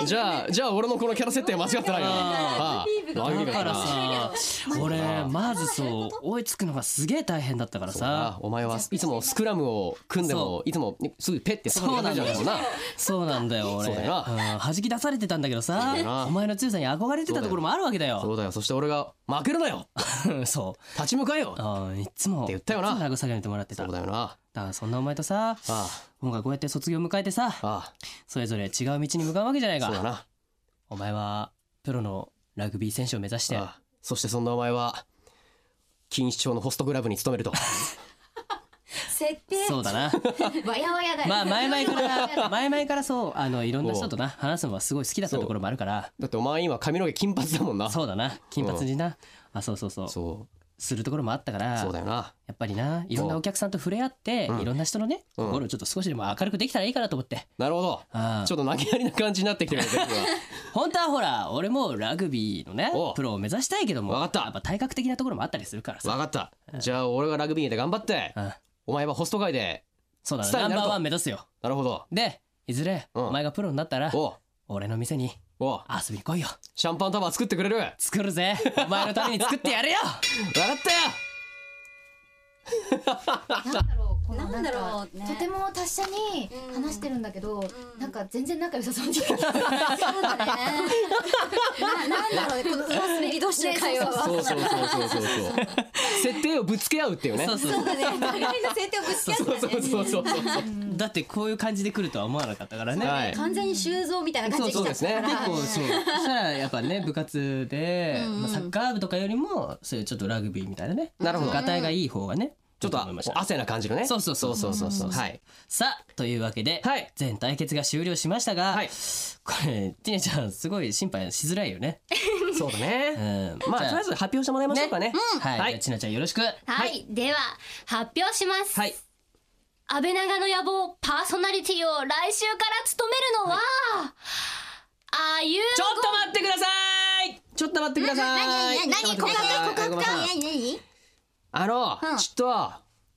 Speaker 4: なじゃあじゃあ俺のこのキャラ設定間違ってないよ
Speaker 3: あ
Speaker 4: なああラグビ
Speaker 3: だ
Speaker 4: ーだっ
Speaker 3: か
Speaker 4: た
Speaker 3: らさ
Speaker 4: な
Speaker 3: 俺まずそう追いつくのがすげえ大変だったから
Speaker 4: そうだな
Speaker 3: さ
Speaker 4: お前はいつもスクラムを組んで
Speaker 3: そ
Speaker 4: もいつもすぐペッてそこに入れるじゃないもんな
Speaker 3: そうなんだよ俺
Speaker 4: そうだよな
Speaker 3: うん弾き出されてたんだけどさ
Speaker 4: そうだよな
Speaker 3: お前の強さに憧れてたところもあるわけだ
Speaker 4: そ
Speaker 3: よ
Speaker 4: うだよそして俺が負けるなよ
Speaker 3: そう
Speaker 4: 立ち向かえよ
Speaker 3: あーいつも
Speaker 4: って言ったよない
Speaker 3: つも慰めてもらってた
Speaker 4: そう
Speaker 3: だ
Speaker 4: だよな
Speaker 3: からそんなお前とさ
Speaker 4: あ
Speaker 3: 今回こうやって卒業迎えてさ
Speaker 4: ああ
Speaker 3: それぞれ違う道に向かうわけじゃない
Speaker 4: あそうだ
Speaker 3: か
Speaker 4: な
Speaker 3: お前はプロのラグビー選手を目指して
Speaker 4: ああそしてそんなお前は錦糸町のホストクラブに勤 めると
Speaker 7: 設定
Speaker 3: そうだな
Speaker 7: わやわやだよ。
Speaker 3: まあ前々から前々からそうあのいろんな人とな話すのはすごい好きだったところもあるから
Speaker 4: だってお前今髪の毛金髪だもんな
Speaker 3: そうだな金髪になあそうそうそう
Speaker 4: そ
Speaker 3: するところもあったから
Speaker 4: うそうだよな
Speaker 3: やっぱりないろんなお客さんと触れ合って
Speaker 4: うん
Speaker 3: いろんな人のね
Speaker 4: うん
Speaker 3: 心をちょっと少しでも明るくできたらいいかなと思って
Speaker 4: なるほど
Speaker 3: あ
Speaker 4: ちょ
Speaker 3: あ
Speaker 4: っと投げやりな感じになってきてるよ全部は
Speaker 3: 本当はほら俺もラグビーのね
Speaker 4: おう
Speaker 3: プロを目指したいけども
Speaker 4: わかった
Speaker 3: やっぱ体格的なところもあったりするから
Speaker 4: わ
Speaker 3: さ
Speaker 4: かったじゃあ俺がラグビーで頑張って
Speaker 3: うん
Speaker 4: お前はホスト界で
Speaker 3: そうだ
Speaker 4: ス
Speaker 3: な
Speaker 4: ター
Speaker 3: ナ
Speaker 4: に
Speaker 3: ン
Speaker 4: なる
Speaker 3: バ
Speaker 4: と
Speaker 3: ーワン目指すよ
Speaker 4: なるほど
Speaker 3: でいずれ
Speaker 4: うん
Speaker 3: お前がプロになったら
Speaker 4: おう
Speaker 3: 俺の店に
Speaker 4: おう
Speaker 3: 遊びに来いよ
Speaker 4: シャンパンタワー作ってくれるわか
Speaker 3: 作るぜお前のために作ってやるよ
Speaker 4: ったよ
Speaker 7: なんだろうね。
Speaker 11: とても達者に話してるんだけど、なんか全然仲良さそうに
Speaker 7: ななんだろうねこの上滑り同士の会話は。
Speaker 4: そうそうそう そうそうそう設定をぶつけ合うっていうね
Speaker 3: そうそう
Speaker 7: そうだね。互いの設定をぶつけ合って
Speaker 4: そうそうそうそうそう
Speaker 3: だってこういう感じで来るとは思わなかったからね、
Speaker 4: はい
Speaker 7: 完全に修造みたいな感じで
Speaker 4: そう
Speaker 7: 来
Speaker 4: そう
Speaker 7: ちゃっ
Speaker 4: で
Speaker 7: た
Speaker 4: すね
Speaker 7: から。
Speaker 3: こうそうそしたらやっぱね部活で、まあ、サッカー部とかよりもそういうちょっとラグビーみたいなね
Speaker 4: なるほど
Speaker 3: ガタイがいい方がね
Speaker 4: ちょっ
Speaker 3: いい思いまし
Speaker 4: と
Speaker 3: た
Speaker 4: 汗な感じのね
Speaker 3: そうそうそう
Speaker 4: そうそうそうそうはい
Speaker 3: さあというわけで、
Speaker 4: はい
Speaker 3: 全対決が終了しましたが、
Speaker 4: はい
Speaker 3: これティネちゃんすごい心配しづらいよね、
Speaker 4: そうだ
Speaker 3: う
Speaker 4: ね
Speaker 3: ん、
Speaker 4: まあと
Speaker 3: じ
Speaker 4: り
Speaker 3: ゃ
Speaker 4: あえず発表してもらいましょうかね
Speaker 3: はい、
Speaker 4: はい
Speaker 3: じゃあちなちゃんよろしく
Speaker 6: はい、では発表します、
Speaker 4: はい
Speaker 6: 安倍長の野望パーソナリティを来週から務めるのは、あゆ
Speaker 4: ちょっと待ってくださいちょっと待ってください
Speaker 11: 何何
Speaker 4: ちょっと待ってください
Speaker 11: 告白
Speaker 4: ごめんなさい
Speaker 11: 何何
Speaker 4: あの、ちょっと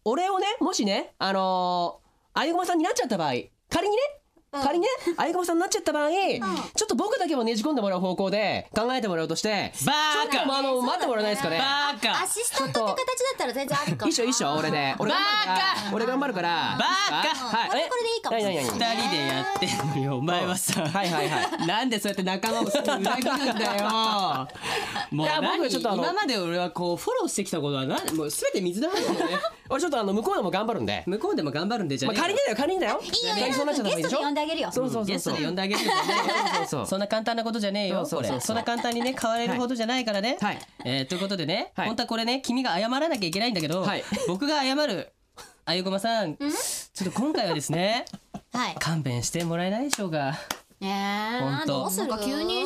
Speaker 4: 俺をねもしねあのー、あゆごまさんになっちゃった場合仮にね仮にね、あゆごまさんになっちゃった場合、ちょっと僕だけもねじ込んでもらう方向で考えてもらうとして、
Speaker 3: バ
Speaker 4: ちょっ
Speaker 3: ー
Speaker 4: ともう
Speaker 3: カ
Speaker 4: あの、待ってもらえないですかね。
Speaker 3: バーカ
Speaker 11: アシスタントって形だったら全然あるか
Speaker 4: い
Speaker 11: も
Speaker 4: いっしょいいっしょ、俺で。俺頑張るから。俺頑張るから。
Speaker 3: バーカ
Speaker 4: はい。
Speaker 11: これでいいかも
Speaker 4: 何何何
Speaker 3: 二人でやってんのよお前はさ、
Speaker 4: はいはいはい。
Speaker 3: なんでそうやって仲間をすぐ裏切るんだ よ。もう
Speaker 4: いや僕
Speaker 3: 何
Speaker 4: ちょっとあの
Speaker 3: 今まで俺はこうフォローしてきたことはなもうすべて水の泡だもんね。
Speaker 4: 俺ちょっとあの、向こうでも頑張るんで。
Speaker 3: 向こうでも頑張るんでじゃ
Speaker 4: ま
Speaker 3: ね
Speaker 4: あ、
Speaker 3: えよ
Speaker 4: 仮にだよ、仮にだよ。
Speaker 11: いいよ
Speaker 4: 仮にそうなっちゃった方がいいでしょ
Speaker 7: 呼んであげるよ。
Speaker 4: そうそうそ
Speaker 3: ゲ
Speaker 4: う
Speaker 3: ス
Speaker 4: そう。
Speaker 3: トで呼んであげるんじゃねえよ。
Speaker 4: そうそ
Speaker 3: そんな簡単なことじゃねえよ
Speaker 4: そうそうそう
Speaker 3: これそんな簡単にね変われるほどじゃないからね、
Speaker 4: はい
Speaker 3: えーということでね、
Speaker 4: はい
Speaker 3: 本当はこれね君が謝らなきゃいけないんだけど、
Speaker 4: はい
Speaker 3: 僕が謝るあゆごまさんちょっと今回はですね
Speaker 11: はい
Speaker 3: 勘弁してもらえないでしょうか
Speaker 7: ねえ。
Speaker 3: 本当
Speaker 7: どうする
Speaker 11: なんか急に急に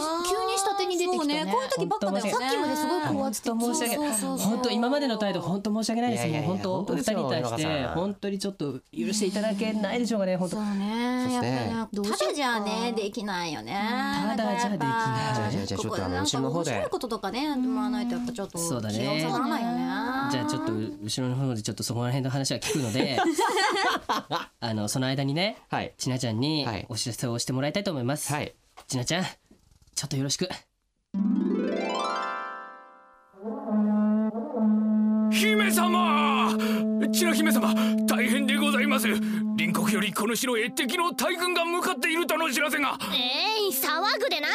Speaker 11: 下手に出てきたね
Speaker 7: そうこういう時ばっかだよね。
Speaker 3: 本当
Speaker 11: さっきまですごいこうや
Speaker 3: 本
Speaker 11: って
Speaker 3: 当申し訳な
Speaker 7: そ
Speaker 3: い
Speaker 7: うそうそう
Speaker 3: 本当今までの態度本当申し訳ないです
Speaker 4: いやいやいや
Speaker 3: もう本当
Speaker 4: 本当
Speaker 3: お二
Speaker 4: で
Speaker 3: 人
Speaker 4: すよ
Speaker 3: に対し
Speaker 4: 野
Speaker 3: て
Speaker 4: 中さん
Speaker 3: 本当にちょっと許していただけないでしょうかね本当
Speaker 7: そうね。やっぱ
Speaker 4: そうですね
Speaker 7: ね、どうしようか
Speaker 11: ただじゃねできないよね
Speaker 3: ただじゃできない
Speaker 4: じゃあじゃあじゃあちょっとあの
Speaker 7: なん
Speaker 4: 後
Speaker 7: か
Speaker 4: ろの方
Speaker 7: 面
Speaker 4: で
Speaker 7: 白いこととかね、やってもらわないとやっぱちょっと気
Speaker 3: そ
Speaker 7: が
Speaker 3: うだね
Speaker 7: 収まらないよね。
Speaker 3: じゃあちょっと後ろの方でちょっとそこら辺の話は聞く のであのその間にね
Speaker 4: はい。
Speaker 3: ちなちゃんに
Speaker 4: はい
Speaker 3: お知らせをしてもらいたいと思います、
Speaker 4: はい。
Speaker 3: ちなちゃんちょっとよろしく
Speaker 2: 姫様千奈姫様大変でございます隣国よりこの城へ敵の大軍が向かっているとの知らせが
Speaker 6: えい騒ぐでない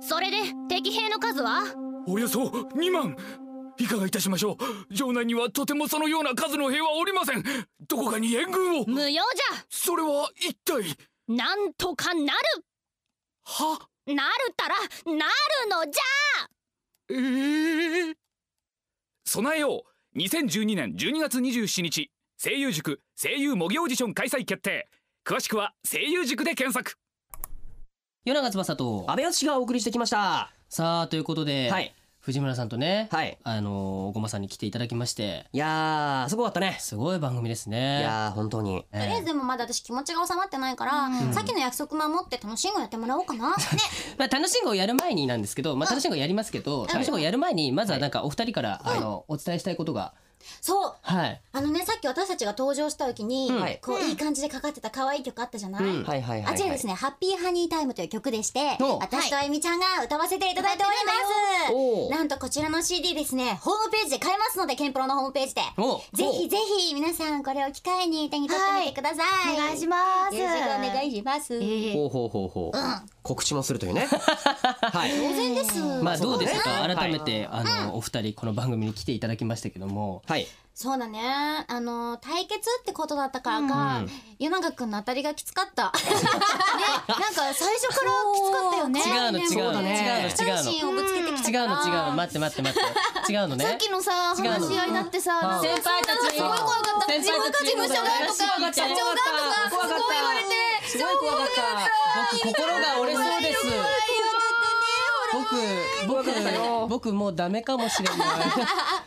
Speaker 6: それで敵兵の数は
Speaker 12: およそ2万いかがいたしましょう城内にはとてもそのような数の兵はおりませんどこかに援軍を
Speaker 6: 無用じゃ
Speaker 12: それは一体
Speaker 6: なんとかなる
Speaker 12: は
Speaker 6: なるったらなるのじ
Speaker 12: えー備えよう2012年12月27日声優塾声優模擬オーディション開催決定詳しくは声優塾で検索
Speaker 3: 夜長翼と
Speaker 4: 安倍氏がお送りしてきました
Speaker 3: さあということで、
Speaker 4: はい
Speaker 3: 藤村さんとね、
Speaker 4: はい
Speaker 3: あのーごまさんに来ていただきまして
Speaker 4: いやーすごかったね
Speaker 3: すごい番組です
Speaker 4: い
Speaker 3: ね
Speaker 4: やー本当に
Speaker 3: え
Speaker 5: とりあえずでもまだ私気持ちが収まってないから、さっきの約束守って楽しいのやってもらおうかな。ね。
Speaker 3: まあ、楽しんごをやる前になんですけど、まあ、楽しんごやりますけど、楽しんごやる前にまずはなんかお二人から、あのお伝えしたいことが
Speaker 5: そう。
Speaker 3: はい
Speaker 5: あのね、さっき私たちが登場した時に、
Speaker 4: はい
Speaker 5: こう、いい感じでかかってた可愛い曲あったじゃない、
Speaker 4: うんはいはいはいはい
Speaker 5: あちらですね、ハッピーハニータイムという曲でして、
Speaker 4: お
Speaker 5: 私とあゆみちゃんが歌わせていただいております。
Speaker 4: おう
Speaker 5: なんとこちらの CD ですね、ホームページで買えますので、ケンプロのホームページで。
Speaker 3: お
Speaker 5: ぜひぜひ皆さんこれを機会に手に取ってみてください。
Speaker 7: お願いします
Speaker 5: よろしくお願いします。
Speaker 4: ほうほうほうほう、告知もす るというねはい
Speaker 5: 当然です。
Speaker 3: まあどうですか
Speaker 4: はい
Speaker 3: 改めて、あのお二人この番組に来ていただきましたけども、
Speaker 4: はい
Speaker 5: そうだね。あの、対決ってことだったからか、湯永くんの当たりがきつか った。
Speaker 7: なんか最初からきつかったよね
Speaker 3: 違うの違うの違うの違うの
Speaker 5: 心をぶつけてきた
Speaker 3: 違
Speaker 5: か
Speaker 3: うの違う
Speaker 5: ら。
Speaker 3: の待って待って待って違うのね
Speaker 7: さっきのさ
Speaker 3: 違うの
Speaker 7: 話し合いだってさなんか
Speaker 3: 先輩たち
Speaker 7: すごい怖かった自分が事務所がとか社長がとか
Speaker 4: 怖かったすごい怖かった
Speaker 3: 僕心が折れそうです僕
Speaker 4: 怖かったよ
Speaker 3: 僕僕もうダメかもしれない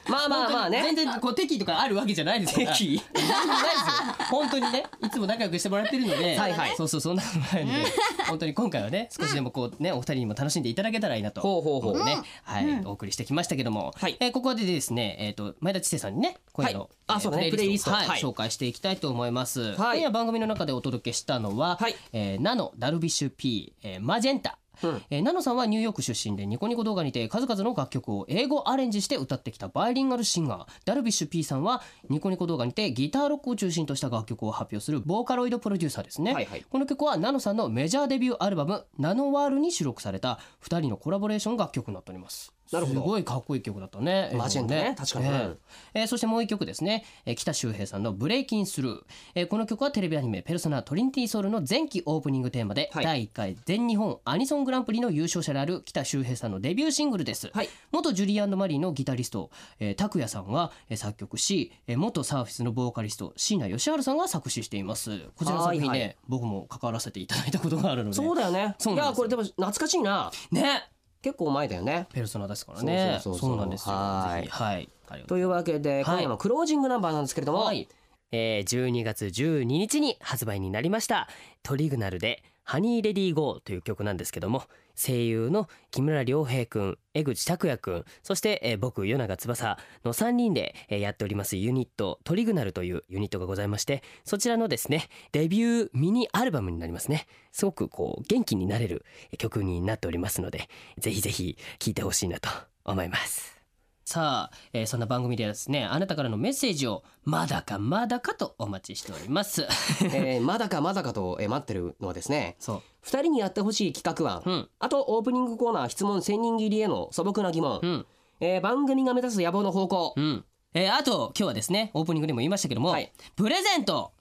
Speaker 4: まあまあまあね
Speaker 3: 全然こう敵意とかあるわけじゃないですから
Speaker 4: 敵意
Speaker 3: 何もないですよ本当にねいつも仲良くしてもらってるので
Speaker 4: はいはい
Speaker 3: そうそうそんなのないので本当に今回はね少しでもこうねお二人にも楽しんでいただけたらいいなと
Speaker 4: ほうほうほう
Speaker 3: 思ってねはいお送りしてきましたけども
Speaker 4: はい
Speaker 3: えーここでですねえっと前田知世さんにね今夜
Speaker 4: はい
Speaker 3: の
Speaker 4: あ
Speaker 3: えー
Speaker 4: そうだねプレイリスト
Speaker 3: はい
Speaker 4: はい
Speaker 3: 紹介していきたいと思います
Speaker 4: はい
Speaker 3: 今夜番組の中でお届けしたのは
Speaker 4: はい
Speaker 3: えーナノダルビッシュ P えーマジェンタ
Speaker 4: うん
Speaker 3: えーナノさんはニューヨーク出身でニコニコ動画にて数々の楽曲を英語アレンジして歌ってきたバイリンガルシンガーダルビッシュ P さんはニコニコ動画にてギターロックを中心とした楽曲を発表するボーカロイドプロデューサーですね、
Speaker 4: はいはい
Speaker 3: この曲はナノさんのメジャーデビューアルバム「ナノワール」に収録された2人のコラボレーション楽曲になっております
Speaker 4: なるほど
Speaker 3: すごいかっこいい曲だったね
Speaker 4: マジェンダね
Speaker 3: えー
Speaker 4: 確かに
Speaker 3: え
Speaker 4: う
Speaker 3: ー
Speaker 4: ん
Speaker 3: えーそしてもう一曲ですね、えー北周平さんの「ブレイキンスルー」えーこの曲はテレビアニメ「ペルソナトリニティソウル」の前期オープニングテーマで、
Speaker 4: はい
Speaker 3: 第1回全日本アニソングランプリの優勝者である北周平さんのデビューシングルです、
Speaker 4: はい
Speaker 3: 元ジュリーマリーのギタリスト、えー、拓也さんがえー作曲し、えー、元サーフィスのボーカリスト椎名義治さんが作詞していますこちらの作品ね、
Speaker 4: はいは
Speaker 3: 僕も関わらせていただいたことがあるので
Speaker 4: そうだよね
Speaker 3: そう
Speaker 4: い
Speaker 3: なんですよ
Speaker 4: やこれでも懐かしいな
Speaker 3: ね
Speaker 4: 結構前だよね
Speaker 3: ペルソナですからね
Speaker 4: そうそうそうそう
Speaker 3: なんですよ
Speaker 4: はい
Speaker 3: ぜひはいありがとう
Speaker 4: というわけで今夜のクロージングナンバーなんですけれども、
Speaker 3: はい、えー、12月12日に発売になりました「トリグナル」で「ハニーレディーゴー」という曲なんですけども声優の木村良平くん江口拓也くんそして、えー、僕与永翼の3人で、えーやっておりますユニット「トリグナル」というユニットがございましてそちらのですねデビューミニアルバムになりますねすごくこう元気になれる曲になっておりますのでぜひぜひ聴いてほしいなと思います。さあ、えーそんな番組ではですねあなたからのメッセージをまだかまだかとお待ちしております
Speaker 4: えーまだかまだかと、えー待ってるのはですね
Speaker 3: そ
Speaker 4: 2人にやってほしい企画案、
Speaker 3: ううん
Speaker 4: あとオープニングコーナー質問千人切りへの素朴な疑問、
Speaker 3: うん
Speaker 4: えー番組が目指す野望の方向、
Speaker 3: うんえーあと今日はですねオープニングでも言いましたけども、
Speaker 4: はい
Speaker 3: プレゼント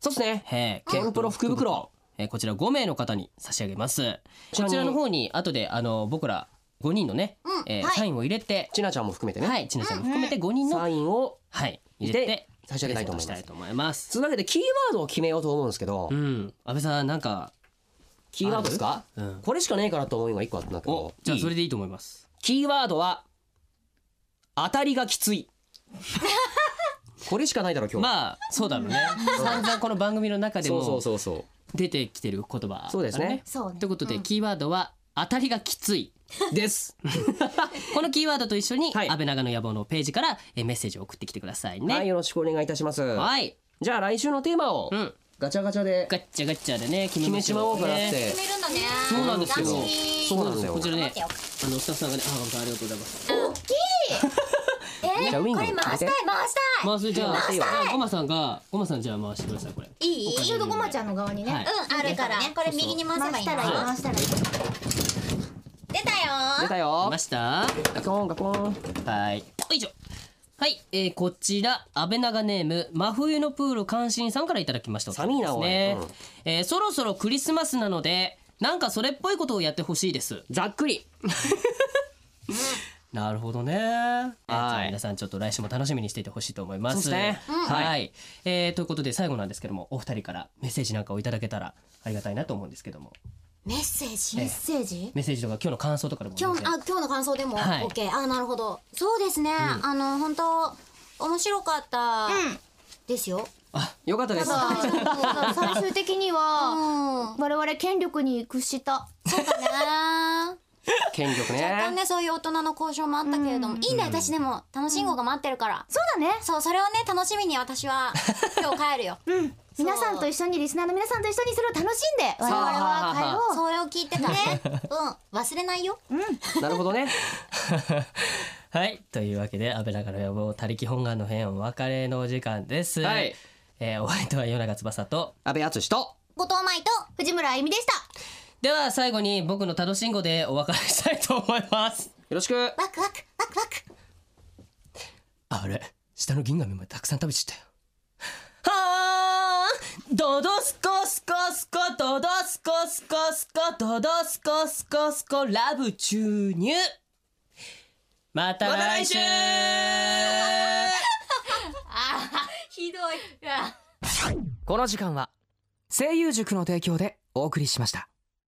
Speaker 4: そうですね
Speaker 3: えー
Speaker 4: ケンプロ福袋
Speaker 3: えーこちら5名の方に差し上げますこ
Speaker 4: ちなみに
Speaker 3: ちらの方に後であの僕ら5人のね、えーサインを入れて
Speaker 4: ちなちゃんも含めてね、
Speaker 3: はいちなちゃんも含めて5人の、
Speaker 4: サインを
Speaker 3: はい入
Speaker 4: 入
Speaker 3: れ
Speaker 4: れ
Speaker 3: て
Speaker 4: て差し上げたいと思い
Speaker 3: プレゼントした
Speaker 4: ま
Speaker 3: い
Speaker 4: す
Speaker 3: と思います
Speaker 4: そのわけでキーワードを決めようと思うんですけど、
Speaker 3: うん安倍さんなんか
Speaker 4: キーワードですか、
Speaker 3: あるうん
Speaker 4: これしかねえかなと思うのが1個あったんだけ
Speaker 3: お
Speaker 4: ど
Speaker 3: じゃあそ
Speaker 4: いい
Speaker 3: れでいいと思います
Speaker 4: キーワードは当たりがきつ いこれしかないだろ今日、
Speaker 3: まあそうだろうね散々この番組の中で
Speaker 4: そ
Speaker 3: も
Speaker 4: うそうそうそう
Speaker 3: 出てきてる言葉
Speaker 4: そうですね
Speaker 3: だ
Speaker 7: そうね
Speaker 3: ということで、キーワードは当たりがき つい
Speaker 4: です。
Speaker 3: このキーワードと一緒に、
Speaker 4: はい
Speaker 3: 安倍長の野望のページからえーメッセージを送ってきてくださいね
Speaker 4: は、
Speaker 3: はいい、
Speaker 4: よろしくお願いいたします。じゃあ来週のテーマを
Speaker 3: うん
Speaker 4: ガチャガチャで
Speaker 3: ガッチャガッチャでね決
Speaker 4: 決め
Speaker 3: ま
Speaker 4: ち
Speaker 3: し
Speaker 4: ま
Speaker 3: ょ
Speaker 4: おうかなって。
Speaker 5: 決めるんだね。
Speaker 3: そうなんですよ
Speaker 5: 斬新
Speaker 4: そうなんですよ
Speaker 3: こ。ちらね
Speaker 5: よ
Speaker 3: あのスタッフさんがねあ岡本さんありがとうございます
Speaker 4: じゃあウィング
Speaker 5: これ回したい回したい。
Speaker 3: 回すじゃあ
Speaker 4: 回し
Speaker 3: じ
Speaker 4: てよ
Speaker 3: ゃあゴマさんがゴマさんじゃあ回してくださいこれ
Speaker 5: いい？
Speaker 11: ちょうどごまちゃんの側にね、
Speaker 3: はい
Speaker 5: うんあるからね。これ右に回せばいいんだ。
Speaker 7: 回したらいい回したらいい
Speaker 5: 出たよ
Speaker 4: 出たよ
Speaker 3: いました
Speaker 4: ガコンガコン
Speaker 3: はい。よいしょ。はい、えー、こちら、安倍長ネーム、真冬のプール関心さんからいただきました。
Speaker 4: 寒いな
Speaker 3: ですね、えーそろそろクリスマスなので、なんかそれっぽいことをやってほしいです。
Speaker 4: ざっくり
Speaker 3: なるほどね。はいじゃあ
Speaker 4: はい
Speaker 3: 皆さんちょっと来週も楽しみにしていてほしいと思います。
Speaker 4: そうですね
Speaker 3: はい、えーということで最後なんですけども、お二人からメッセージなんかをいただけたらありがたいなと思うんですけども、
Speaker 5: メッセージ
Speaker 3: え
Speaker 5: メ
Speaker 3: え
Speaker 5: ッセージ
Speaker 3: メッセージとか今日の感想とかでもいい
Speaker 5: 今
Speaker 3: の
Speaker 5: 日
Speaker 3: で
Speaker 5: のあ今日の感想でも、
Speaker 3: はい
Speaker 5: オッケーあなるほどそうですね、あの本当面白かったですよ、
Speaker 4: よかったです
Speaker 6: ただただ最終的には
Speaker 5: うん
Speaker 6: 我々権力に屈した
Speaker 5: だね
Speaker 4: 権力
Speaker 5: 若干
Speaker 4: ね
Speaker 5: ねそういう大人の交渉もあったけれども、いいんだよ私でも楽しい号が待ってるから、
Speaker 6: そうだね
Speaker 5: そうそれをね楽しみに私は今日帰るよ、
Speaker 6: 皆さんと一緒にリスナーの皆さんと一緒にそれを楽しんで我々は帰ろう
Speaker 5: それを聞いてたねうん忘れないよ
Speaker 4: なるほどね
Speaker 3: はいというわけで安倍長の野望他力本願の編お別れのお時間です、
Speaker 4: はい
Speaker 3: えーお相手は与永翼と
Speaker 4: 安倍敦と
Speaker 5: 後藤舞と
Speaker 6: 藤村あゆみでした
Speaker 3: では最後に僕の楽しんごでお別れしたいと思います
Speaker 4: よろしく
Speaker 5: ワクワクワクワク
Speaker 3: あれ下の銀紙までたくさん食べちゃったよはーんドドスコスコスコドドスコスコスコドドスコスコスコラブ注入また来週
Speaker 5: ひどい
Speaker 13: この時間は声優塾の提供でお送りしました